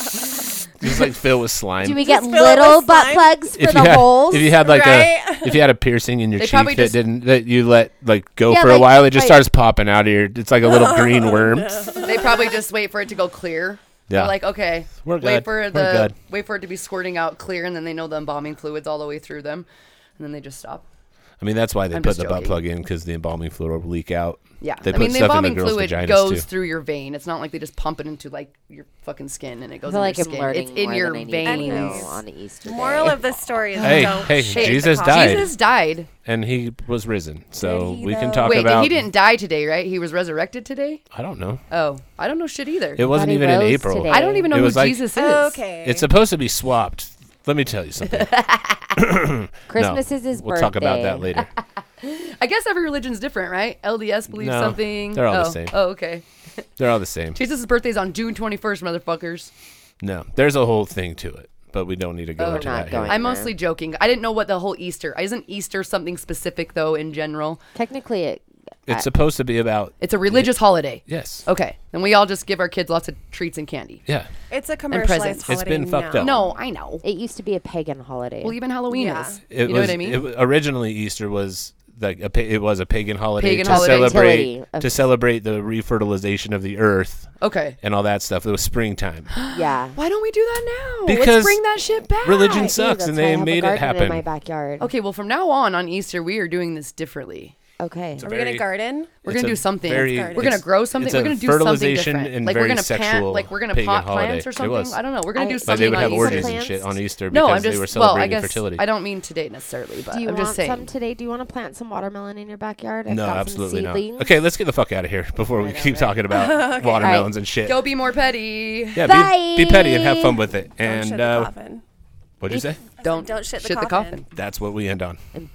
Speaker 3: just like fill with slime.
Speaker 4: Do we get
Speaker 2: Just fill it
Speaker 4: little
Speaker 2: with
Speaker 4: butt
Speaker 2: slime.
Speaker 4: plugs for
Speaker 3: if
Speaker 4: the
Speaker 3: you had,
Speaker 4: holes?
Speaker 3: If you had like
Speaker 2: right?
Speaker 3: a if you had a piercing in your
Speaker 1: They
Speaker 3: cheek
Speaker 1: probably
Speaker 3: that
Speaker 1: just-
Speaker 3: didn't that you let like go
Speaker 4: Yeah,
Speaker 3: for a
Speaker 4: like,
Speaker 3: while, it just
Speaker 4: like-
Speaker 3: starts popping out of your. It's like a little green worm.
Speaker 1: They probably just wait for it to go clear. They're
Speaker 3: Yeah.
Speaker 1: like, okay,
Speaker 3: We're good.
Speaker 1: wait for
Speaker 3: We're
Speaker 1: the
Speaker 3: good.
Speaker 1: wait for it to be squirting out clear, and then they know the embalming fluids all the way through them, and then they just stop.
Speaker 3: I mean, that's why they
Speaker 1: I'm
Speaker 3: put
Speaker 1: just
Speaker 3: the butt
Speaker 1: joking.
Speaker 3: plug in because the embalming fluid will leak out.
Speaker 1: Yeah,
Speaker 3: they
Speaker 1: I
Speaker 3: put
Speaker 1: mean the
Speaker 3: stuff in
Speaker 1: embalming
Speaker 3: the girls'
Speaker 1: fluid
Speaker 3: vaginas
Speaker 1: goes
Speaker 3: too.
Speaker 1: through your vein. It's not like they just pump it into like your fucking skin and it goes
Speaker 4: I feel
Speaker 1: in
Speaker 4: like
Speaker 1: your
Speaker 4: I'm
Speaker 1: skin.
Speaker 4: learning
Speaker 1: it's in
Speaker 4: more
Speaker 1: your
Speaker 4: than I need to
Speaker 1: veins.
Speaker 4: know
Speaker 2: veins.
Speaker 4: on Easter
Speaker 2: Moral
Speaker 4: Day.
Speaker 2: of the story is
Speaker 3: Hey,
Speaker 2: don't
Speaker 3: hey,
Speaker 2: shit
Speaker 3: Jesus
Speaker 2: the coffin.
Speaker 3: died.
Speaker 1: Jesus died.
Speaker 3: and he was risen, so
Speaker 2: Did he,
Speaker 3: we can
Speaker 2: though?
Speaker 3: talk
Speaker 1: Wait,
Speaker 3: about.
Speaker 1: he didn't die today, right? He was resurrected today.
Speaker 3: I don't know.
Speaker 1: Oh, I don't know shit either.
Speaker 3: It wasn't
Speaker 4: he
Speaker 3: even in
Speaker 4: rose
Speaker 3: April.
Speaker 4: today.
Speaker 1: I don't even know
Speaker 3: It
Speaker 1: who
Speaker 3: was like-
Speaker 1: Jesus is.
Speaker 2: Okay.
Speaker 3: It's supposed to be swapped. Let me tell you something.
Speaker 4: Christmas
Speaker 3: No,
Speaker 4: is his
Speaker 3: We'll
Speaker 4: birthday.
Speaker 3: talk about that later.
Speaker 1: I guess every religion's different, right? LDS believes
Speaker 3: No,
Speaker 1: something.
Speaker 3: they're all
Speaker 1: oh.
Speaker 3: the same.
Speaker 1: Oh, okay.
Speaker 3: They're all the same.
Speaker 1: Jesus' birthday's on June 21st, motherfuckers.
Speaker 3: No, there's a whole thing to it, but we don't need to go
Speaker 1: Oh,
Speaker 3: into
Speaker 4: not
Speaker 3: that. here.
Speaker 4: going.
Speaker 1: I'm mostly joking. I didn't know what the whole Easter. Isn't Easter something specific though? In general,
Speaker 4: Technically, it.
Speaker 3: It's supposed to be about
Speaker 1: it's a religious holiday.
Speaker 3: yes.
Speaker 1: Okay, then we all just give our kids lots of treats and candy.
Speaker 3: Yeah.
Speaker 2: It's a commercialized
Speaker 1: presents.
Speaker 2: holiday.
Speaker 3: It's been fucked
Speaker 2: now.
Speaker 3: up.
Speaker 1: No, I know.
Speaker 4: It used to be a pagan holiday.
Speaker 1: Well, even Halloween
Speaker 2: Yeah.
Speaker 1: is.
Speaker 3: It
Speaker 1: you know
Speaker 3: was,
Speaker 1: what I mean?
Speaker 3: It, w- originally, Easter was like a pa- it was a pagan holiday
Speaker 1: Pagan
Speaker 3: to
Speaker 1: holiday.
Speaker 3: celebrate
Speaker 4: Fertility of-
Speaker 3: to celebrate the refertilization of the earth
Speaker 1: okay.
Speaker 3: and all that stuff. It was springtime.
Speaker 4: yeah.
Speaker 1: Why don't we do that now?
Speaker 3: Because
Speaker 1: Let's bring that shit back.
Speaker 3: Religion
Speaker 4: Ooh,
Speaker 3: sucks,
Speaker 4: that's
Speaker 3: and
Speaker 4: why I
Speaker 3: they
Speaker 4: have a
Speaker 3: made it
Speaker 4: garden In
Speaker 3: happen.
Speaker 4: my backyard.
Speaker 1: Okay, well, from now on on Easter, we are doing this differently.
Speaker 4: Okay.
Speaker 2: Are we gonna
Speaker 3: Very-
Speaker 2: garden?
Speaker 1: We're
Speaker 3: It's
Speaker 1: gonna do
Speaker 3: a
Speaker 1: something.
Speaker 3: very-
Speaker 2: Let's garden.
Speaker 1: we're gonna
Speaker 3: it's-
Speaker 1: grow something.
Speaker 3: it's a
Speaker 1: We're gonna do something
Speaker 3: fertilization
Speaker 1: different.
Speaker 3: and
Speaker 1: like we're
Speaker 3: very
Speaker 1: gonna plant.
Speaker 3: sexual
Speaker 1: Like we're gonna
Speaker 3: pagan
Speaker 1: pot plants
Speaker 3: holiday.
Speaker 1: or
Speaker 3: It
Speaker 1: something.
Speaker 3: was.
Speaker 1: I don't know. We're gonna
Speaker 4: I-
Speaker 1: do
Speaker 4: Like,
Speaker 3: Like
Speaker 1: something
Speaker 3: they would
Speaker 1: on
Speaker 3: have
Speaker 1: Easter.
Speaker 3: orgies
Speaker 4: plants?
Speaker 3: and shit on Easter because
Speaker 1: No, I'm just
Speaker 3: they were
Speaker 1: well.
Speaker 3: celebrating
Speaker 1: I guess
Speaker 3: fertility.
Speaker 1: I don't mean today necessarily, but
Speaker 4: Do you
Speaker 1: I'm
Speaker 4: want
Speaker 1: just saying.
Speaker 4: some today? Do you want to plant some watermelon in your backyard? I've
Speaker 3: no,
Speaker 4: got some
Speaker 3: absolutely not.
Speaker 4: seedlings.
Speaker 3: Okay, let's get the fuck out of here before we keep talking about watermelons and shit.
Speaker 1: Go be more petty.
Speaker 3: Yeah,
Speaker 4: Bye.
Speaker 3: be, be petty and have fun with it.
Speaker 2: Don't shit
Speaker 3: And
Speaker 2: the
Speaker 3: uh,
Speaker 2: coffin.
Speaker 3: what'd you say?
Speaker 1: Don't
Speaker 2: don't shit the
Speaker 1: shit the
Speaker 2: coffin.
Speaker 1: coffin.
Speaker 3: That's what we end on.
Speaker 4: And